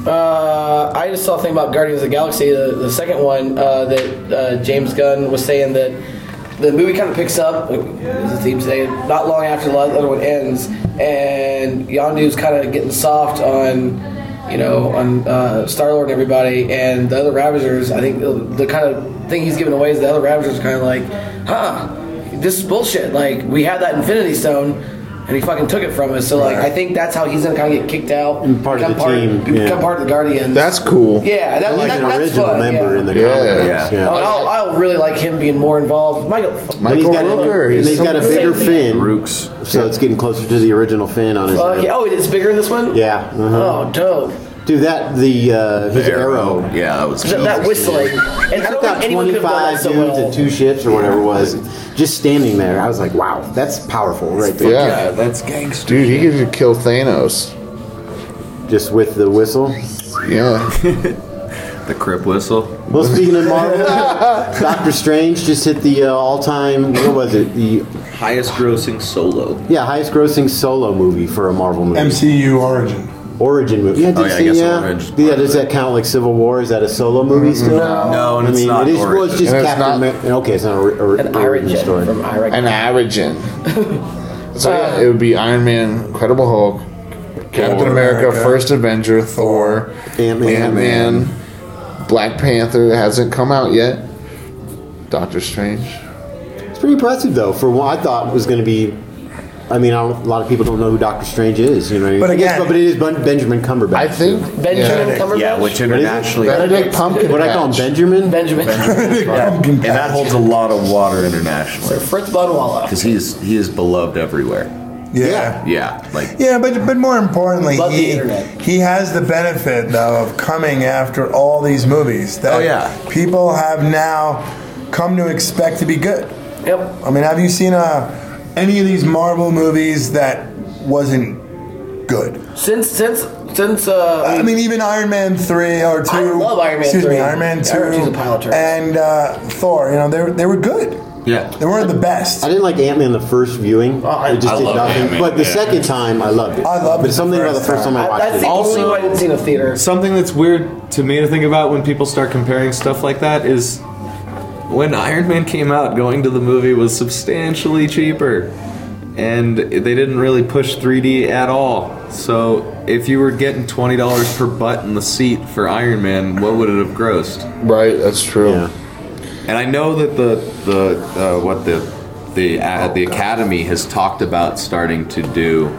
S9: Uh, I just saw a thing about Guardians of the Galaxy, the, the second one, uh, that uh, James Gunn was saying that the movie kind of picks up, uh, as the theme today, not long after the other one ends, and Yondu's kind of getting soft on, you know, on uh, Star Lord and everybody, and the other Ravagers. I think the, the kind of thing he's giving away is the other Ravagers are kind of like, huh, this is bullshit. Like we had that Infinity Stone. And he fucking took it from us. So like, I think that's how he's gonna kind of get kicked out,
S6: And part of
S9: become
S6: the team,
S9: become
S6: yeah.
S9: part of the Guardians.
S10: That's cool.
S9: Yeah, that,
S6: I like
S9: that,
S6: an
S9: that's
S6: original
S9: fun,
S6: member
S9: yeah.
S6: in the
S10: Yeah.
S6: comics.
S10: Yeah.
S9: Oh, I'll, I'll really like him being more involved. Michael,
S6: And he's got, a, and he's got a bigger fin,
S11: Rooks.
S6: so it's getting closer to the original fin on his.
S9: Fuck yeah. Oh, it's bigger in this one.
S6: Yeah. uh-huh.
S9: Oh, dope.
S6: Dude, that the uh, his arrow.
S11: Yeah, that was
S9: That, that whistling. And I don't think anyone could have done
S6: Twenty-five
S9: that so
S6: dudes
S9: well.
S6: and two ships or whatever it was, just standing there. I was like, wow, that's powerful right there.
S10: Yeah.
S11: that's gangster.
S10: Dude, he could just kill Thanos.
S6: Just with the whistle.
S10: Yeah.
S11: The Crip Whistle.
S6: Well, speaking of Marvel, Doctor Strange just hit the uh, all-time. What was it? The
S11: highest grossing solo.
S6: Yeah, highest grossing solo movie for a Marvel movie.
S7: MCU Origin.
S6: Origin movie. Yeah, did
S11: Oh, yeah, I
S6: see,
S11: guess
S6: yeah.
S11: Origin's
S6: yeah, does that count like Civil War? Is that a solo movie still?
S11: No. No, and
S6: I
S11: it's
S6: mean,
S11: not
S6: It is, well, it's
S11: Origin.
S6: just
S11: And it's
S6: Captain America. Okay, it's not a, or- origin, story.
S10: An origin. so yeah, it would be Iron Man, Incredible Hulk, Captain
S6: Thor,
S10: America,
S6: America.
S10: First Avenger, Thor,
S6: Ant-Man.
S10: Ant Man, Black Panther that hasn't come out yet, Doctor Strange.
S6: It's pretty impressive though for what I thought was going to be. I mean, I don't, a lot of people don't know who Doctor Strange is, you know. what I mean?
S10: But
S6: I guess,
S10: again-
S6: but it is Ben- Benjamin Cumberbatch. I think
S10: Benjamin Yeah. Cumberbatch?
S11: Yeah, which internationally-
S10: Benedict Pumpkin.
S6: What I call him, Benjamin.
S9: Benjamin.
S11: and that holds a lot of water internationally.
S9: Fritz Bunwala.
S11: Because he's he is beloved everywhere.
S7: Yeah.
S11: Yeah. Like
S7: Yeah, but but more importantly, he, he has the benefit though of coming after all these movies that
S11: Oh, yeah.
S7: people have now come to expect to be good.
S9: Yep.
S7: I mean, have you seen uh, any of these Marvel movies that wasn't good?
S9: Since since since uh,
S7: I mean, even Iron Man three or two. I love
S9: Iron Man
S7: Excuse
S9: 3.
S7: me, Iron Man
S9: I refuse to
S7: two.
S9: pile of turds.
S7: and uh, Thor. You know, they were, they were good.
S11: Yeah.
S7: They weren't the best.
S6: I didn't like Ant Man the first viewing. I just
S7: I
S6: did
S7: love
S6: nothing.
S7: Ant-Man,
S6: But the
S7: yeah.
S6: second time, I loved it. I loved but it. something about the first time I watched it.
S9: didn't see in a theater.
S11: Something that's weird to me to think about when people start comparing stuff like that is when Iron Man came out, going to the movie was substantially cheaper. And they didn't really push 3D at all. So if you were getting $20 per butt in the seat for Iron Man, what would it have grossed?
S10: Right, that's true.
S11: And I know that the the uh, what the the uh, the Academy has talked about starting to do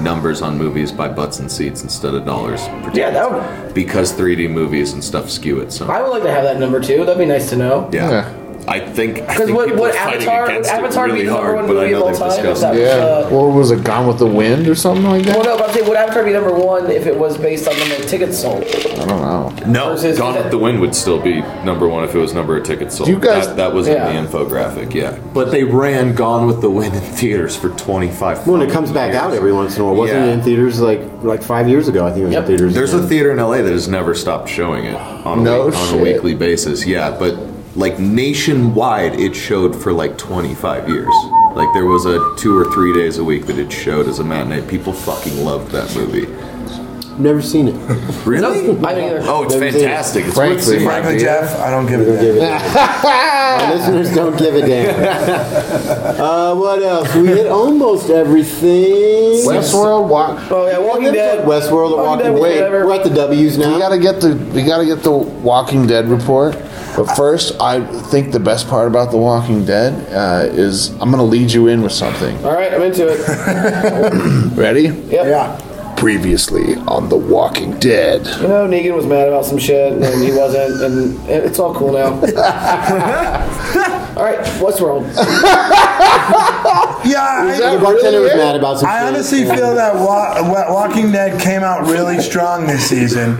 S11: numbers on movies by butts and seats instead of dollars per
S9: Yeah,
S11: ticket.
S9: that would,
S11: because 3D movies and stuff skew it so.
S9: I would like to have that number too. That'd be nice to know.
S11: Yeah. I think I
S9: 'Cause
S11: think
S9: what-
S11: people
S9: what
S11: are fighting
S9: Avatar-
S11: against
S9: Avatar
S11: it
S9: being
S11: really
S9: the number
S11: hard,
S9: one
S11: but I
S9: movie of
S11: know
S9: all
S11: they've
S9: time?
S11: discussed
S9: That
S11: it.
S9: was, uh,
S10: Yeah. Or was it Gone with the Wind or something like that?
S9: Well, no, but I'm saying would Avatar be number one if it was based on the number of tickets sold?
S10: I don't know.
S11: No, Gone with the Wind would still be number one if it was number of tickets sold.
S10: Do you guys-
S11: that, that was
S10: Yeah.
S11: in the infographic, yeah. But they ran Gone with the Wind in theaters for 25
S6: When it comes back out every once in a while, wasn't it
S11: Yeah.
S6: in theaters like like five years ago? I think it was in theaters.
S11: There's
S6: again.
S11: a theater in LA that has never stopped showing it on a,
S6: No
S11: week- on
S6: shit.
S11: a weekly basis. Yeah, but like nationwide, it showed for like 25 years. Like there was a two or three days a week that it showed as a matinee. People fucking loved that movie.
S6: Never seen it.
S11: Really? Oh, it's
S6: Never seen it.
S11: fantastic. It's worth
S7: Frankly,
S11: seeing.
S7: frankly, Jeff, I don't give a damn.
S6: Our listeners don't give a damn. Uh, what else? We hit almost everything.
S10: Westworld, Walk.
S9: Oh yeah, Walking Dead.
S6: Westworld, The Walking Dead. We're at the W's now.
S10: We gotta get the we gotta get the Walking Dead report. But first, I think the best part about the Walking Dead uh, is I'm gonna lead you in with something.
S9: All right, I'm into it.
S10: Ready?
S9: Yeah.
S10: Previously on the Walking Dead.
S9: You know, Negan was mad about some shit, and he wasn't, and it- it's all cool now. all right, Westworld.
S7: Yeah,
S6: Was that The bartender really was it? mad about some
S7: I
S6: shit.
S7: honestly feel that Wa- Wa- Walking Dead came out really strong this season,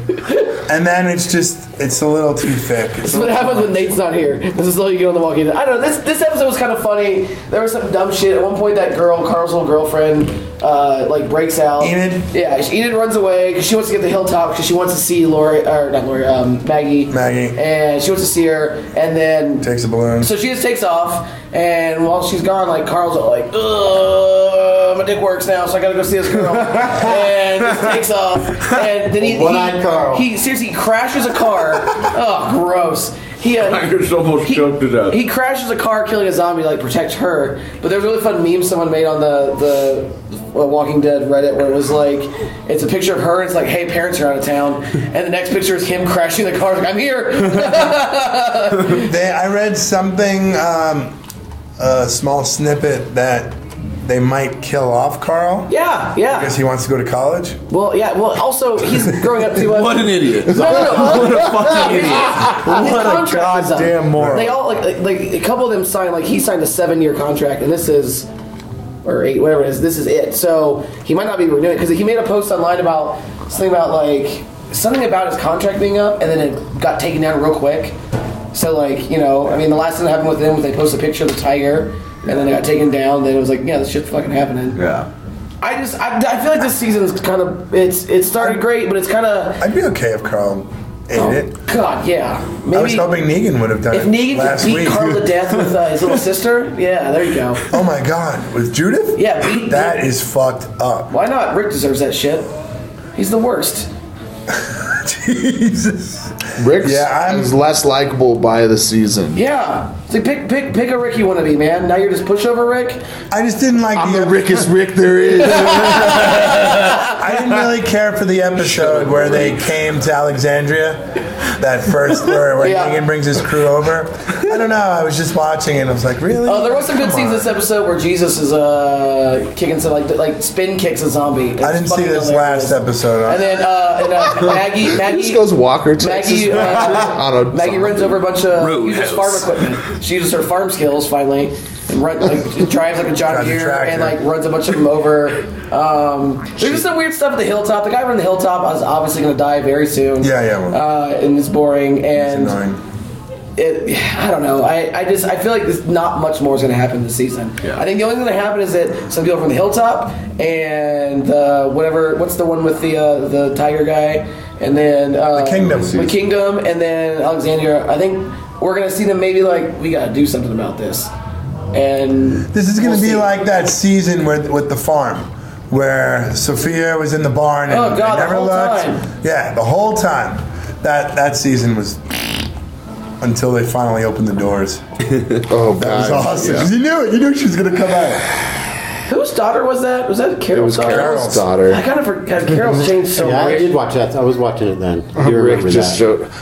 S7: and then it's just it's a little too thick. It's
S9: This is
S7: a
S9: what
S7: little-
S9: happens when Nate's not here. This is all you get on the Walking Dead. I don't know. This this episode was kind of funny. There was some dumb shit. At one point, that girl, Carl's little girlfriend, uh, like breaks out. Enid. Yeah, she- Enid runs away because she wants to get to Hilltop because she wants to see Lori or not Lori, um, Maggie. Maggie. And she wants to see her, and then
S7: takes a balloon.
S9: So she just takes off, and while she's gone, like Carl's all like, "Ugh, my dick works now, so I gotta go see this girl." and just takes off, and then he he,
S6: One-eyed Carl.
S9: he seriously crashes a car. oh, gross. He, uh,
S14: I just almost choked to death.
S9: he crashes a car, killing a zombie to like protect her. But there's a really fun meme someone made on the the uh, Walking Dead Reddit where it was like, it's a picture of her. It's like, hey, parents are out of town, and the next picture is him crashing the car. Like, I'm here.
S7: they, I read something, um, a small snippet that they might kill off Carl.
S9: Yeah, yeah.
S7: Because he wants to go to college.
S9: well, yeah. Well, also he's growing up too much.
S7: What an idiot.
S9: No, no, no.
S7: What a fucking
S9: his-
S7: idiot.
S9: his
S7: What a
S9: contract is up.
S7: goddamn moron.
S9: They all like, like like a couple of them signed like he signed a seven year contract, and this is or eight, whatever it is. This is it. So he might not be renewing because he made a post online about something about like something about his contract being up, and then it got taken down real quick. So like you know, I mean, the last thing that happened with them was they posted a picture of the tiger, and then it got taken down. Then it was like, yeah, this shit's fucking happening.
S11: Yeah.
S9: I just I, I feel like this season's kind of it's it started great, but it's kind of
S7: I'd be okay if Carl ate
S6: Oh.
S7: it.
S9: God, yeah.
S7: I was hoping Negan would have done
S9: If
S7: it
S9: Negan
S7: last
S9: could beat
S7: week.
S9: Carl to death with uh, his little sister, yeah, there you go.
S7: Oh my God, with Judith?
S9: Yeah, beat,
S7: that is fucked up.
S9: Why not? Rick deserves that shit. He's the worst.
S7: Jesus.
S10: Rick's is less likable by the season.
S9: Yeah. See, pick pick pick a Rick you want to be, man. Now you're just pushover Rick.
S7: I just didn't like.
S9: I'm
S10: the Rickest Rick there is.
S7: I didn't really care for the episode where they came to Alexandria. That first, where, where Negan brings his crew over. I don't know. I was just watching it. and I was like, really?
S9: Oh, there was some good
S7: Come
S9: scenes this episode where Jesus is uh kicking some like like spin kicks a zombie.
S7: on. I didn't see this last episode.
S9: And then uh, and, uh, Maggie Maggie
S10: This goes Walker, Texas
S9: Maggie, uh,
S10: on a-
S9: Maggie runs over a bunch of uses
S10: Roadhouse.
S9: farm equipment. She uses her farm skills finally, and run, like drives like a John
S10: Drives a
S9: Deere and
S10: tractor.
S9: like runs a bunch of them over. Um, there's just some weird stuff at the hilltop. The guy running the hilltop is obviously going to die very soon.
S7: Yeah, yeah, well.
S9: uh, and it's boring and
S7: annoying.
S9: it, I don't know. I, I just I feel like there's not much more is going to happen this season. I think the only thing that happened is that some people from the hilltop and uh, whatever. What's the one with the uh, the tiger guy? And then uh, the
S7: kingdom.
S9: the kingdom, and then Alexandria. I think we're going to see them maybe like we got to do something about this. And
S7: This is going to be like that season with with the farm, where Sophia was in the barn and,
S9: Oh, God,
S7: and
S9: the
S7: never
S9: whole
S7: looked.
S9: time.
S7: Yeah, the whole time. That that season was until they finally opened the doors.
S10: oh,
S7: that was
S10: God,
S7: awesome.
S10: yeah.
S7: You knew it. You knew she was going to come out.
S9: whose daughter was that? Was that
S10: It
S9: Carol's
S10: was
S9: daughter?
S10: Carol's daughter.
S9: I kind of forgot. Carol's changed so
S6: yeah,
S9: much.
S6: I did watch that. I was watching it then. You
S10: Rick
S6: remember
S10: Uh-huh. just
S6: that.
S10: showed.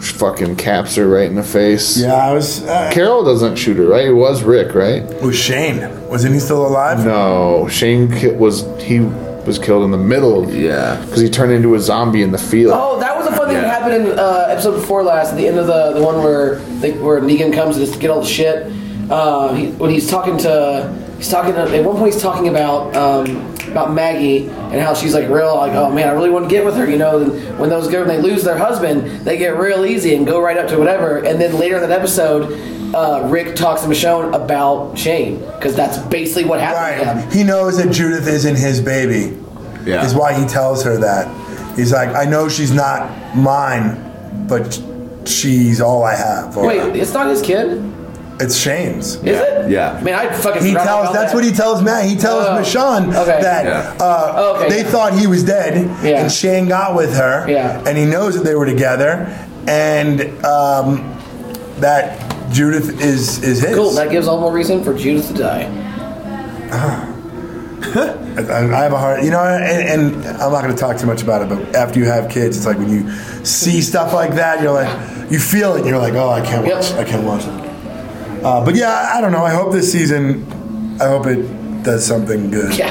S10: Fucking caps her right in the face.
S7: Yeah, I was. Uh,
S10: Carol doesn't shoot her, right? It was Rick, right? It
S7: was Shane. Wasn't he still alive?
S10: No, Shane ki- was. He was killed in the middle. Yeah, because he turned into a zombie in the field.
S9: Oh, that was a fun thing
S10: Yeah.
S9: that happened in uh, episode before last, at the end of the, the one where they, where Negan comes to just get all the shit. Um, he, when he's talking to, he's talking to, at one point he's talking about um, about Maggie and how she's like real, like oh man, I really want to get with her, you know. And when those girls they lose their husband, they get real easy and go right up to whatever. And then later in that episode, uh, Rick talks to Michonne about Shane because that's basically what happened. to him.
S7: He knows that Judith isn't his baby.
S9: Yeah.
S7: Is why he tells her that. He's like, I know she's not mine, but she's all I have. Or-
S9: Wait, it's not his kid.
S7: It's Shane's. Is
S9: it?
S7: Yeah.
S9: Man, I fucking
S7: He
S9: forgot
S7: tells.
S9: about
S7: that's
S9: that.
S7: what he tells Matt. He tells
S9: Oh.
S7: Michonne
S9: Okay.
S7: that
S9: Yeah.
S7: uh,
S9: Okay.
S7: they thought he was dead,
S9: Yeah.
S7: and Shane got with her,
S9: Yeah.
S7: and he knows that they were together, and um, that Judith is is his.
S9: Cool. That gives all more reason for Judith to die.
S7: I, I have a hard, you know, and, and I'm not going to talk too much about it, but after you have kids, it's like when you see stuff like that, you're like, you feel it, and you're like, oh, I can't watch, I can't watch it. Uh, but yeah, I- I don't know. I hope this season, I hope it does something good.
S9: Yeah.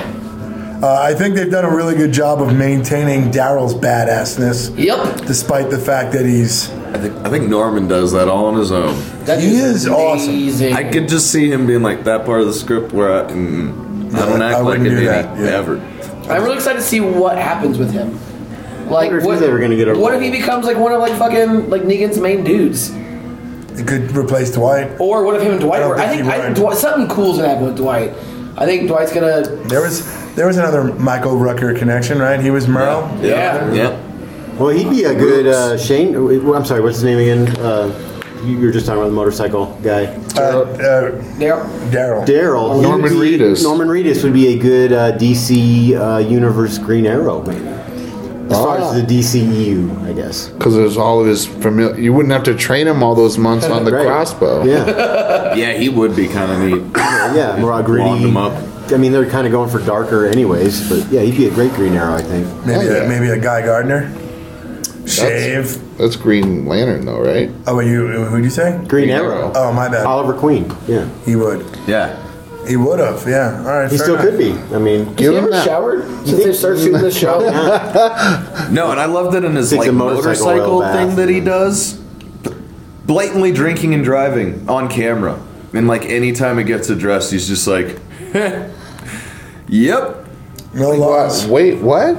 S7: Uh, I think they've done a really good job of maintaining Daryl's badassness.
S9: Yep.
S7: Despite the fact that he's
S8: I think I think Norman does that all on his own.
S7: he is awesome.
S8: I could just see him being like that part of the script where I, mm, I don't
S7: I
S8: act like
S7: wouldn't
S8: a
S7: do
S8: ninny
S7: that,
S8: ever.
S9: I'm really excited to see what happens with him. Like,
S6: if
S9: what,
S6: he's ever gonna get over
S9: what if
S6: that.
S9: he becomes like one of like fucking like Negan's main dudes?
S7: It could replace Dwight.
S9: Or what if him and Dwight were? I think, I think Dwight, something cool's gonna happen with Dwight. I think Dwight's gonna.
S7: There was there was another Michael Rucker connection, right? He was Merle.
S9: Yeah.
S6: Well, he'd be a good uh, Shane. well, I'm sorry, what's his name again? Uh, you you were just talking about the motorcycle guy.
S7: Uh, Daryl.
S6: Daryl. He
S10: Norman
S6: would be-
S10: Reedus.
S6: Norman Reedus would be a good uh, DC uh, Universe Green Arrow, maybe. As far
S10: Ah.
S6: as the DCEU, I guess.
S10: Because there's all of his familiar. You wouldn't have to train him all those months on the
S6: Right.
S10: crossbow.
S6: Yeah.
S8: yeah, he would be kind of neat.
S6: yeah, more gritty.
S8: Wand him up.
S6: I mean, they're kind of going for darker, anyways. But yeah, he'd be a great Green Arrow, I think.
S7: Maybe
S15: Oh,
S7: a, maybe a Guy Gardner. Shave.
S10: That's, that's Green Lantern, though, right?
S7: Oh, wait, you who'd you say?
S6: Green Arrow.
S7: Oh, my bad.
S6: Oliver Queen. Yeah,
S7: he would.
S8: Yeah.
S7: He would have. Yeah. All right.
S6: He
S7: fair
S6: still
S7: enough.
S6: could be. I mean,
S9: Has he ever showered since they started shooting the show?
S8: No, and I love that in his
S6: Takes
S8: like
S6: a motorcycle
S8: motorcycle,
S6: oil bath.
S8: thing that he does, blatantly drinking and driving on camera, and like anytime he gets addressed, he's just like, "Yep,
S7: no loss."
S10: Wait, what?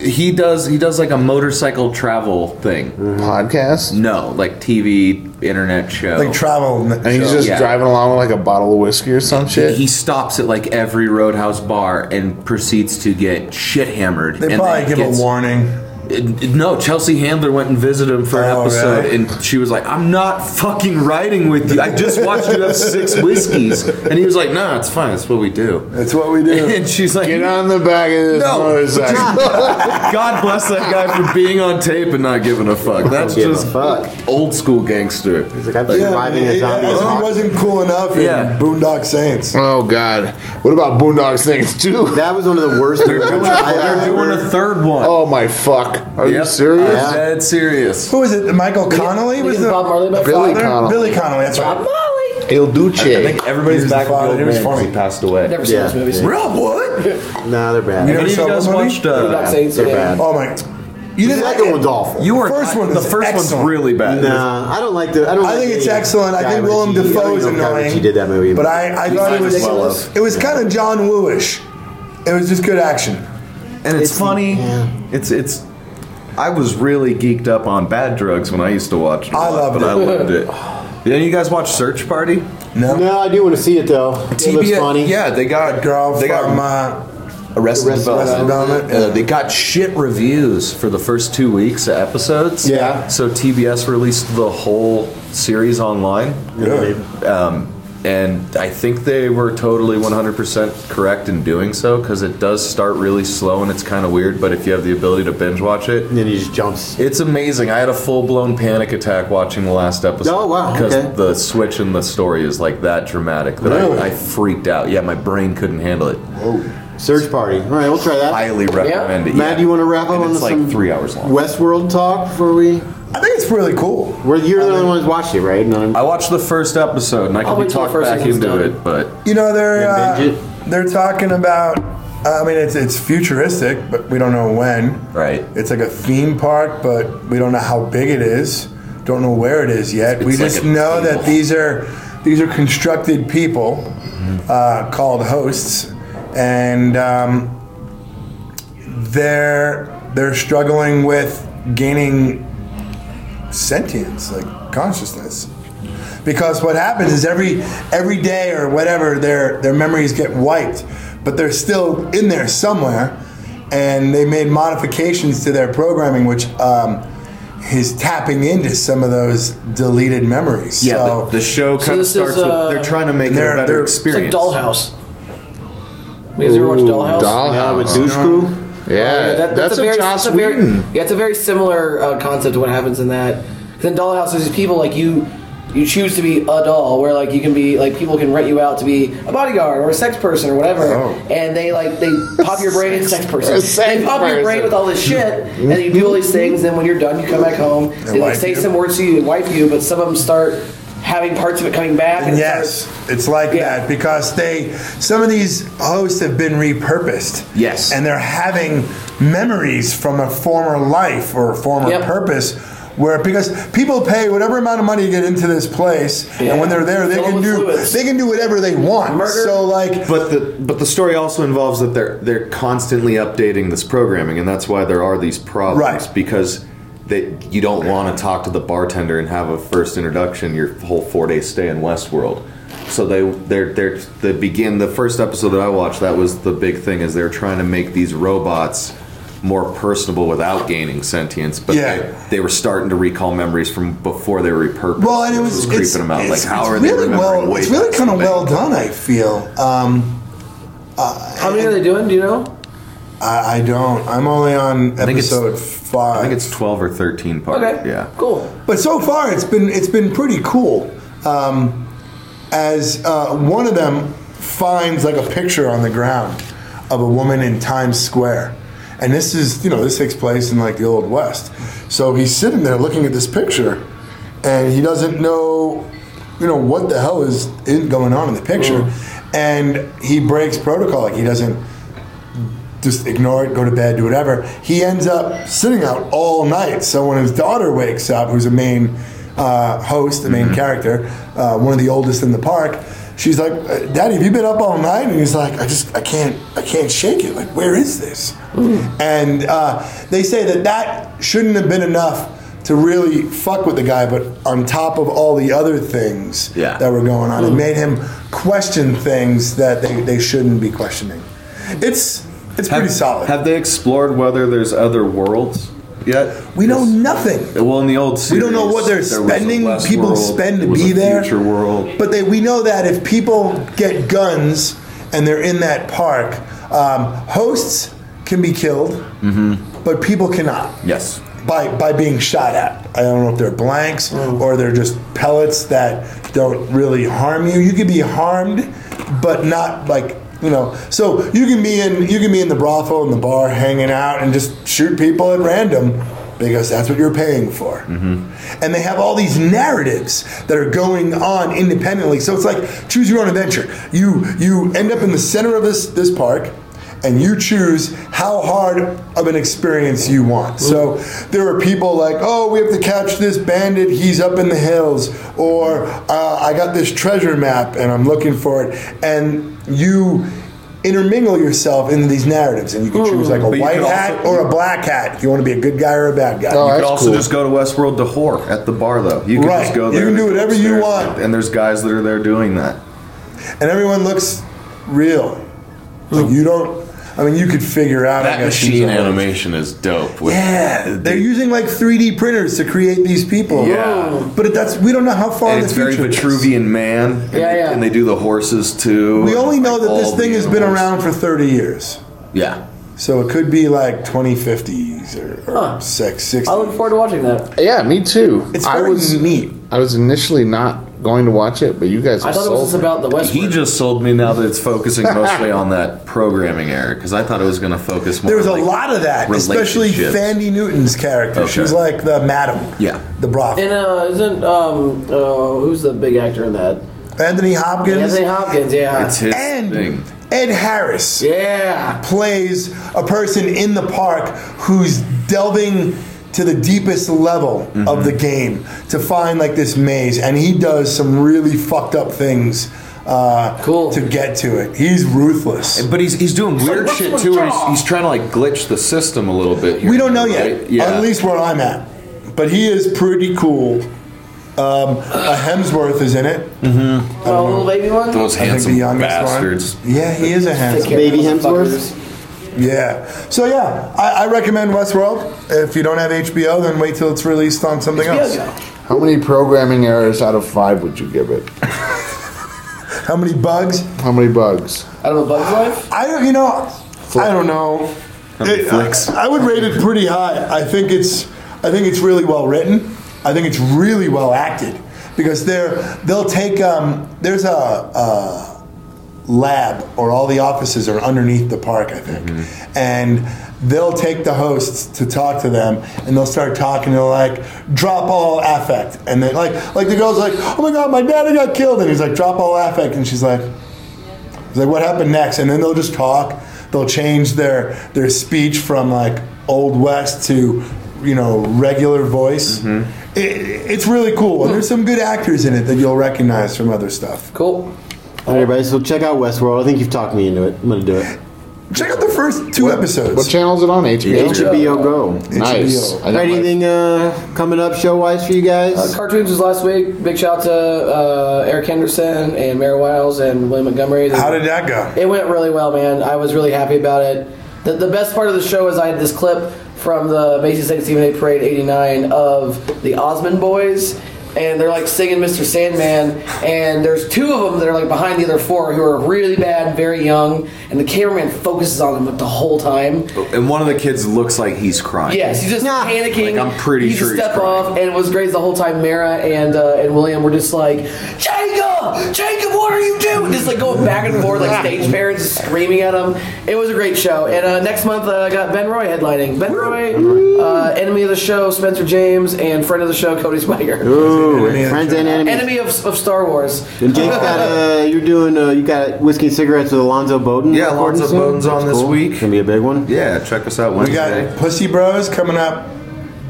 S8: He does. He does like a motorcycle travel thing.
S10: Podcast?
S8: No, like TV, internet show.
S7: Like travel. And
S10: he's just
S8: Yeah.
S10: driving along with like a bottle of whiskey or some shit.
S8: He stops at like every roadhouse bar and proceeds to get shit hammered.
S7: They
S8: and
S7: probably
S8: then
S7: give
S8: gets-
S7: a warning.
S11: Uh, No, Chelsea Handler went and visited him for an episode,
S16: really?
S11: and she was like, "I'm not fucking riding with you. I just watched you have six whiskeys," and he was like, "No, it's fine. That's what we do.
S7: That's what we do."
S11: And she's like,
S15: "Get on the back of this
S11: no,
S15: motorcycle."
S11: God bless that guy for being on tape and not giving a fuck. That's
S15: Give a
S11: just old school gangster. He's
S15: like, I'm surviving a zombie
S7: I
S15: apocalypse.
S7: Oh, wasn't cool enough in
S15: Yeah.
S7: Boondock Saints.
S15: Oh God! What about Boondock Saints too?
S6: That was one of the worst.
S15: They're doing,
S7: they're doing
S11: a third one.
S15: Oh my fuck! Are you serious?
S7: Yeah.
S11: Dead serious.
S7: Who was it? Michael Connolly was the
S9: Bob Marley by
S15: Billy
S7: father?
S15: Connolly.
S7: Billy Connolly. That's right.
S15: Il Duce.
S11: I think everybody's
S7: He was
S11: back
S7: the
S11: with
S7: father.
S11: Bill
S7: It was
S11: Graham 'cause he
S7: funny.
S11: passed away.
S9: Never seen those movies.
S11: Rob Wood?
S6: Nah, they're bad.
S7: You never
S11: Have you
S7: saw
S11: guys
S7: that movie?
S11: watched? Uh,
S9: Boondock Saints,
S6: They're
S9: yeah.
S6: bad.
S7: Oh my! You
S6: The
S7: didn't like
S6: second
S7: it.
S6: one's awful.
S11: You were
S7: First one
S11: The
S7: is
S11: first
S7: excellent.
S11: one's really bad.
S6: Nah, I don't like the. I don't.
S7: I
S6: like
S7: think it's
S6: the
S7: excellent. I
S6: Guy
S7: think Willem
S6: Ritchie- I
S7: Dafoe
S6: don't
S7: is
S6: even know if Guy
S7: annoying.
S6: Ritchie did that movie,
S7: but I, I thought it was
S9: Ridiculous.
S7: it was kind of John Wooish. It was just good action.
S16: and it's, funny. It's it's. I was really geeked up on bad drugs when I used to watch it. a
S7: I
S16: lot,
S7: loved
S16: but I
S7: it.
S16: loved it. Yeah, you guys watch Search Party?
S6: No, I do want to see it though. It looks
S16: TBS
S6: funny.
S16: Yeah, they got
S7: Girl
S16: they got
S7: from uh,
S11: Arrested,
S6: Arrested
S11: Development.
S7: Development,
S11: Uh, they got shit reviews for the first two weeks of episodes.
S6: Yeah.
S11: So TBS released the whole series online. Um, and I think they were totally 100% correct in doing so because it does start really slow and it's kind of weird. But if you have the ability to binge watch it,
S6: And then he just jumps.
S11: it's amazing. I had a full blown panic attack watching the last episode.
S6: Oh, wow,
S11: Because
S6: okay.
S11: the switch in the story is like that dramatic that
S6: Really? Oh.
S11: I, I freaked out. Yeah, my brain couldn't handle it.
S6: Search party. All right, we'll try that.
S11: Highly recommend it.
S6: Matt,
S11: yeah.
S6: do you want to wrap up
S11: And
S6: on
S11: it's
S6: this
S11: like
S6: some
S11: three hours long.
S6: Westworld talk before we?
S7: I think it's really cool.
S6: Where you're
S7: Um,
S6: the only one who's watched it, right? None of-
S11: I watched the first episode and I
S9: I'll
S11: can be
S9: wait till the
S11: talked
S9: first
S11: back
S9: season's
S11: into
S9: done.
S11: it, but
S7: You know they're
S6: Yeah, binge
S7: uh, they're talking about. uh, I mean, it's it's futuristic, but we don't know when.
S11: right.
S7: It's like a theme park, but we don't know how big it is. Don't know where it is yet. we
S11: It's like
S7: just
S11: a
S7: know
S11: table.
S7: that these are these are constructed people
S11: Mm-hmm.
S7: uh, called hosts, and um, they're they're struggling with gaining sentience, like consciousness. Because what happens is every every day or whatever their their memories get wiped, but they're still in there somewhere, and they made modifications to their programming, which um, is tapping into some of those deleted memories.
S16: Yeah,
S7: so
S16: the, the show kind of
S9: this
S16: starts
S9: is, uh,
S16: with they're trying to make it
S7: they're-
S16: a better
S7: they're- it's
S9: It's like
S16: experience.
S9: Dollhouse. You guys ever watch Dollhouse?
S6: Yeah, with
S15: Dollhouse.
S6: douche crew.
S15: Yeah,
S9: Oh, Yeah, that-
S15: that's, a,
S9: very,
S15: Joss
S9: that's a very-
S15: Whedon.
S9: yeah, it's a very similar uh, concept to what happens in that. Because in Dollhouse, there's these people like you. You choose to be a doll, where like you can be like people can rent you out to be a bodyguard or a sex person or whatever, and they like they pop your brain sex person.
S15: Oh. A sex
S9: they pop your brain
S15: person.
S9: with all this shit, and then you do all these things. Then when you're done, you come back home. They, like
S7: wipe
S9: say
S7: you.
S9: some words to you, they wipe you, but some of them start having parts of it coming back. And it
S7: Yes, it's like
S9: Yeah.
S7: that because they some of these hosts have been repurposed.
S16: Yes.
S7: and they're having memories from a former life or a former
S9: Yep.
S7: purpose. Where because people pay whatever amount of money to get into this place, and when they're there, they
S9: Fill it
S7: can
S9: with
S7: do
S9: fluids.
S7: they can do whatever they want.
S9: Murder.
S7: So like,
S16: But the but the story also involves that they're they're constantly updating this programming, and that's why there are these problems
S7: Right.
S16: because that you don't want to talk to the bartender and have a first introduction your whole four day stay in Westworld. So they they're they're they begin the first episode that I watched. That was the big thing is they're trying to make these robots more personable without gaining sentience, but
S7: Yeah.
S16: they, they were starting to recall memories from before they were repurposed.
S7: well, and it
S16: which
S7: was
S16: creeping
S7: it's,
S16: them out.
S7: it's-
S16: like how
S7: it's
S16: are they
S7: really
S16: remembering
S7: well,
S16: way
S7: it's really
S16: past
S7: kind of
S16: the
S7: well
S16: thing?
S7: done. I feel. Um,
S9: How many are they doing? Do you know?
S7: I, I don't. I'm only on
S16: think it's-
S7: episode five.
S16: I think it's twelve or thirteen part.
S9: Okay.
S16: Yeah.
S9: Cool.
S7: But so far, it's been it's been pretty cool. Um, as uh, one of them finds like a picture on the ground of a woman in Times Square, and this is you know this takes place in like the old west. So he's sitting there looking at this picture, and he doesn't know you know what the hell is in, going on in the picture, and he breaks protocol like he doesn't just ignore it, go to bed, do whatever. He ends up sitting out all night. So when his daughter wakes up, who's a main uh, host, the main character, uh, one of the oldest in the park, she's like, "Uh, "Daddy, have you been up all night?" And he's like, "I just, I can't, I can't shake it. Like, where is this?" And uh, they say that that shouldn't have been enough. To really fuck with the guy, but on top of all the other things
S16: Yeah.
S7: that were going on, it made him question things that they, they shouldn't be questioning. It's it's pretty solid.
S16: Have they explored whether there's other worlds?
S8: Yeah,
S7: we know nothing.
S8: Well, in the old
S7: We don't know what they're
S8: series, there was a
S7: spending.
S8: West
S7: People
S8: World,
S7: spend
S8: there
S7: to
S8: was
S7: be
S8: a
S7: there.
S8: Future world.
S7: But they, we know that if people get guns and they're in that park, um, hosts can be killed, but people cannot
S8: Mm-hmm. Yes.
S7: by by being shot at. I don't know if they're blanks or they're just pellets that don't really harm you. You could be harmed, but not like you know. So you can be in you can be in the brothel and the bar hanging out and just shoot people at random because that's what you're paying for. And they have all these narratives that are going on independently. So it's like choose your own adventure. You you end up in the center of this this park and you choose how hard of an experience you want. So there are people like, oh, we have to catch this bandit, he's up in the hills, or uh, I got this treasure map and I'm looking for it. And you intermingle yourself into these narratives, and you can choose like a
S8: But you Oh.
S7: white
S8: could
S7: hat
S8: also-
S7: or a black hat. If you want to be a good guy or a bad guy.
S11: Oh,
S8: you could also just go to Westworld to whore at the bar, though. You could
S7: Right.
S8: just go
S7: You
S8: there.
S7: can
S8: and
S7: do
S8: go
S7: whatever you
S8: upstairs,
S7: want.
S8: And there's guys that are there doing that.
S7: and everyone looks real. Like you don't. I mean, you could figure out I
S11: That
S7: guess,
S11: machine
S7: who's on-
S11: animation is dope. With
S7: Yeah, they're using like 3D printers to create these people.
S11: Yeah.
S7: but it- that's we don't know how far
S11: and
S7: in the
S11: it's very
S7: future.
S11: Vitruvian man. And
S7: Yeah,
S11: they,
S7: yeah.
S11: And they do the horses too.
S7: we only
S11: and,
S7: know
S11: like,
S7: that this
S11: all
S7: thing
S11: the
S7: has been
S11: animals.
S7: around for 30 years,
S11: Yeah.
S7: so it could be like 2050s or, or six, 60s. I look
S9: forward to watching that.
S10: Yeah, me too.
S7: It's
S10: I
S7: very
S10: was
S7: neat.
S10: I was initially not going to watch it, but you guys.
S9: I thought it was just about the West.
S11: He just sold me now that it's focusing mostly on that programming error because I thought it was going to focus more.
S7: There was a
S11: on, like,
S7: lot of that, especially
S11: relationships.
S7: Fandy Newton's character.
S11: Okay.
S7: She was like the madam,
S11: Yeah.
S7: the brothel.
S9: And uh, isn't um uh, who's the big actor in that?
S7: Anthony Hopkins.
S9: Anthony Hopkins. Yeah.
S11: It's his
S7: And-
S11: thing.
S7: Ed Harris.
S9: Yeah.
S7: Plays a person in the park who's delving to the deepest level of
S11: Mm-hmm.
S7: the game to find like this maze, and he does some really fucked up things. Uh, cool. To get to it, he's ruthless.
S11: But he's he's doing weird shit too. where He's, he's trying to like glitch the system a little bit. Here,
S7: We don't know yet.
S11: right? Yeah.
S7: At least where I'm at. But he is pretty cool. Um, a Hemsworth is in it. Mm-hmm.
S9: Oh, little baby one.
S11: Those handsome bastards.
S7: Yeah, he is a handsome
S6: Baby Hemsworth.
S7: Yeah. So yeah, I, I recommend Westworld. If you don't have HBO, then wait till it's released on something else.
S10: How many programming errors out of five would you give it?
S7: How many bugs?
S10: How many bugs?
S9: Out of a bug's life.
S7: I don't. You know, I don't know. It- I, I would rate it pretty high. I think it's. I think it's really well written. I think it's really well acted because they're they'll take um there's a. a lab or all the offices are underneath the park, I think. And they'll take the hosts to talk to them and they'll start talking to like, drop all affect. And they like like the girl's like, Oh my god, my daddy got killed and he's like, drop all affect and she's like he's like, What happened next? And then they'll just talk. They'll change their their speech from like old west to you know regular voice. It, it's really cool, and there's some good actors in it that you'll recognize from other stuff.
S9: Cool.
S6: All right, everybody. So check out Westworld. I think you've talked me into it. I'm gonna do it.
S7: Check out the first two episodes.
S10: What channel is it on? HBO.
S6: HBO Go.
S10: Nice.
S7: HBO.
S10: I
S6: All right,
S10: didn't like-
S6: anything uh, coming up show wise for you guys?
S9: Uh, cartoons was last week. Big shout out to uh, Eric Henderson and Mary Wiles and William Montgomery. They-
S7: How did that go?
S9: It went really well, man. I was really happy about it. The, the best part of the show is I had this clip from the Macy's Thanksgiving Day Parade '89 of the Osmond Boys, and they're like singing "Mr. Sandman," and there's two of them that are like behind the other four who are really bad, very young, and the cameraman focuses on them the whole time.
S11: And one of the kids looks like he's crying.
S9: Yes, he's just panicking.
S11: Like, I'm pretty
S9: he's a
S11: sure he's
S9: step
S11: crying.
S9: off, and it was great the whole time. Mara and uh, and William were just like, Jacob, Jacob, what are you doing? Just like going back and forth, like stage parents screaming at him. It was a great show. And uh, next month, uh, I got Ben Roy headlining. Ben Roy, uh, enemy of the show, Spencer James, and friend of the show, Cody Spiker.
S6: Ooh, friends and enemies.
S9: Enemy of, of Star Wars.
S6: And Jake's got uh, you're doing uh, you got whiskey and cigarettes with Alonzo Bowden.
S11: Yeah,
S6: recording
S11: Alonzo
S6: soon?
S11: Bowden's on
S6: That's
S11: this week.
S6: It's gonna be a big one.
S11: Yeah, check us out
S7: We
S11: Wednesday.
S7: got Pussy Bros coming up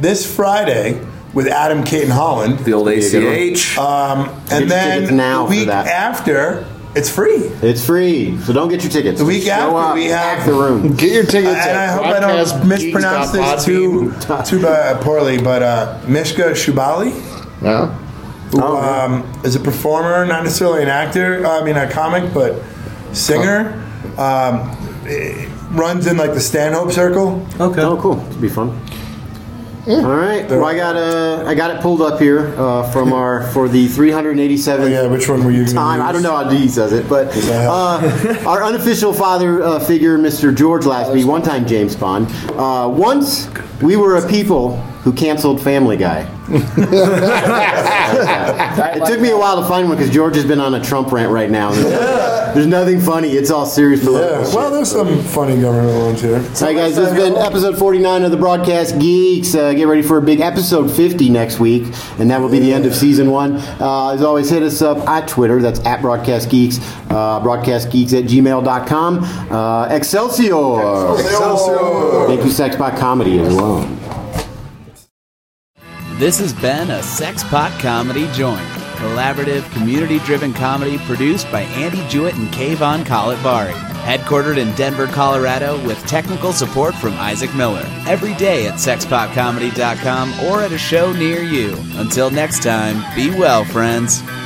S7: this Friday with Adam Kate and Holland.
S11: the old
S6: a good one.
S11: ACH.
S7: Um,
S6: your
S7: and
S6: tickets
S7: then
S6: now
S7: the
S6: for
S7: week
S6: that.
S7: after, it's free.
S6: It's free, so don't get your tickets.
S7: The week
S6: Just
S7: after
S6: show up,
S7: we
S6: pack
S7: have,
S6: the room.
S10: Get your tickets.
S7: and I
S10: at
S7: hope I don't mispronounce this too too uh, poorly, but uh, Mishka Shubali,
S10: broadcastgeeks.podbean. No.
S7: who
S6: Oh,
S7: um, is a performer, not necessarily an actor. I mean, a comic, but singer. Um, eh, runs in like the Stanhope Circle.
S6: Oh, Okay. Oh, cool. It'll be fun. All right. Well, I got uh, I got it pulled up here uh, from our for the 387. yeah,
S7: which one were you?
S6: Time I don't know how D says it, but uh, our unofficial father uh, figure, Mr. George Lasby, one time James Bond. Uh, once we were a people who canceled Family Guy. it took me a while to find one because George has been on a Trump rant right now. There's nothing funny. It's all serious.
S7: Yeah. Well, there's some funny government ones here.
S6: All right, guys, this has been episode 49 of the Broadcast Geeks. Uh, get ready for a big episode 50 next week, and that will be the end of season one. Uh, as always, hit us up at Twitter. That's at Broadcast Geeks, uh, broadcastgeeks at gmail.com. Uh, Excelsior! Excelsior! Thank you, Sexbot Comedy, as well.
S1: This has been a Sexpot Comedy Joint, collaborative, community driven comedy produced by Andy Jewett and Kayvon Kalatvari. Headquartered in Denver, Colorado, with technical support from Isaac Miller. Every day at sexpotcomedy.com or at a show near you. Until next time, be well, friends.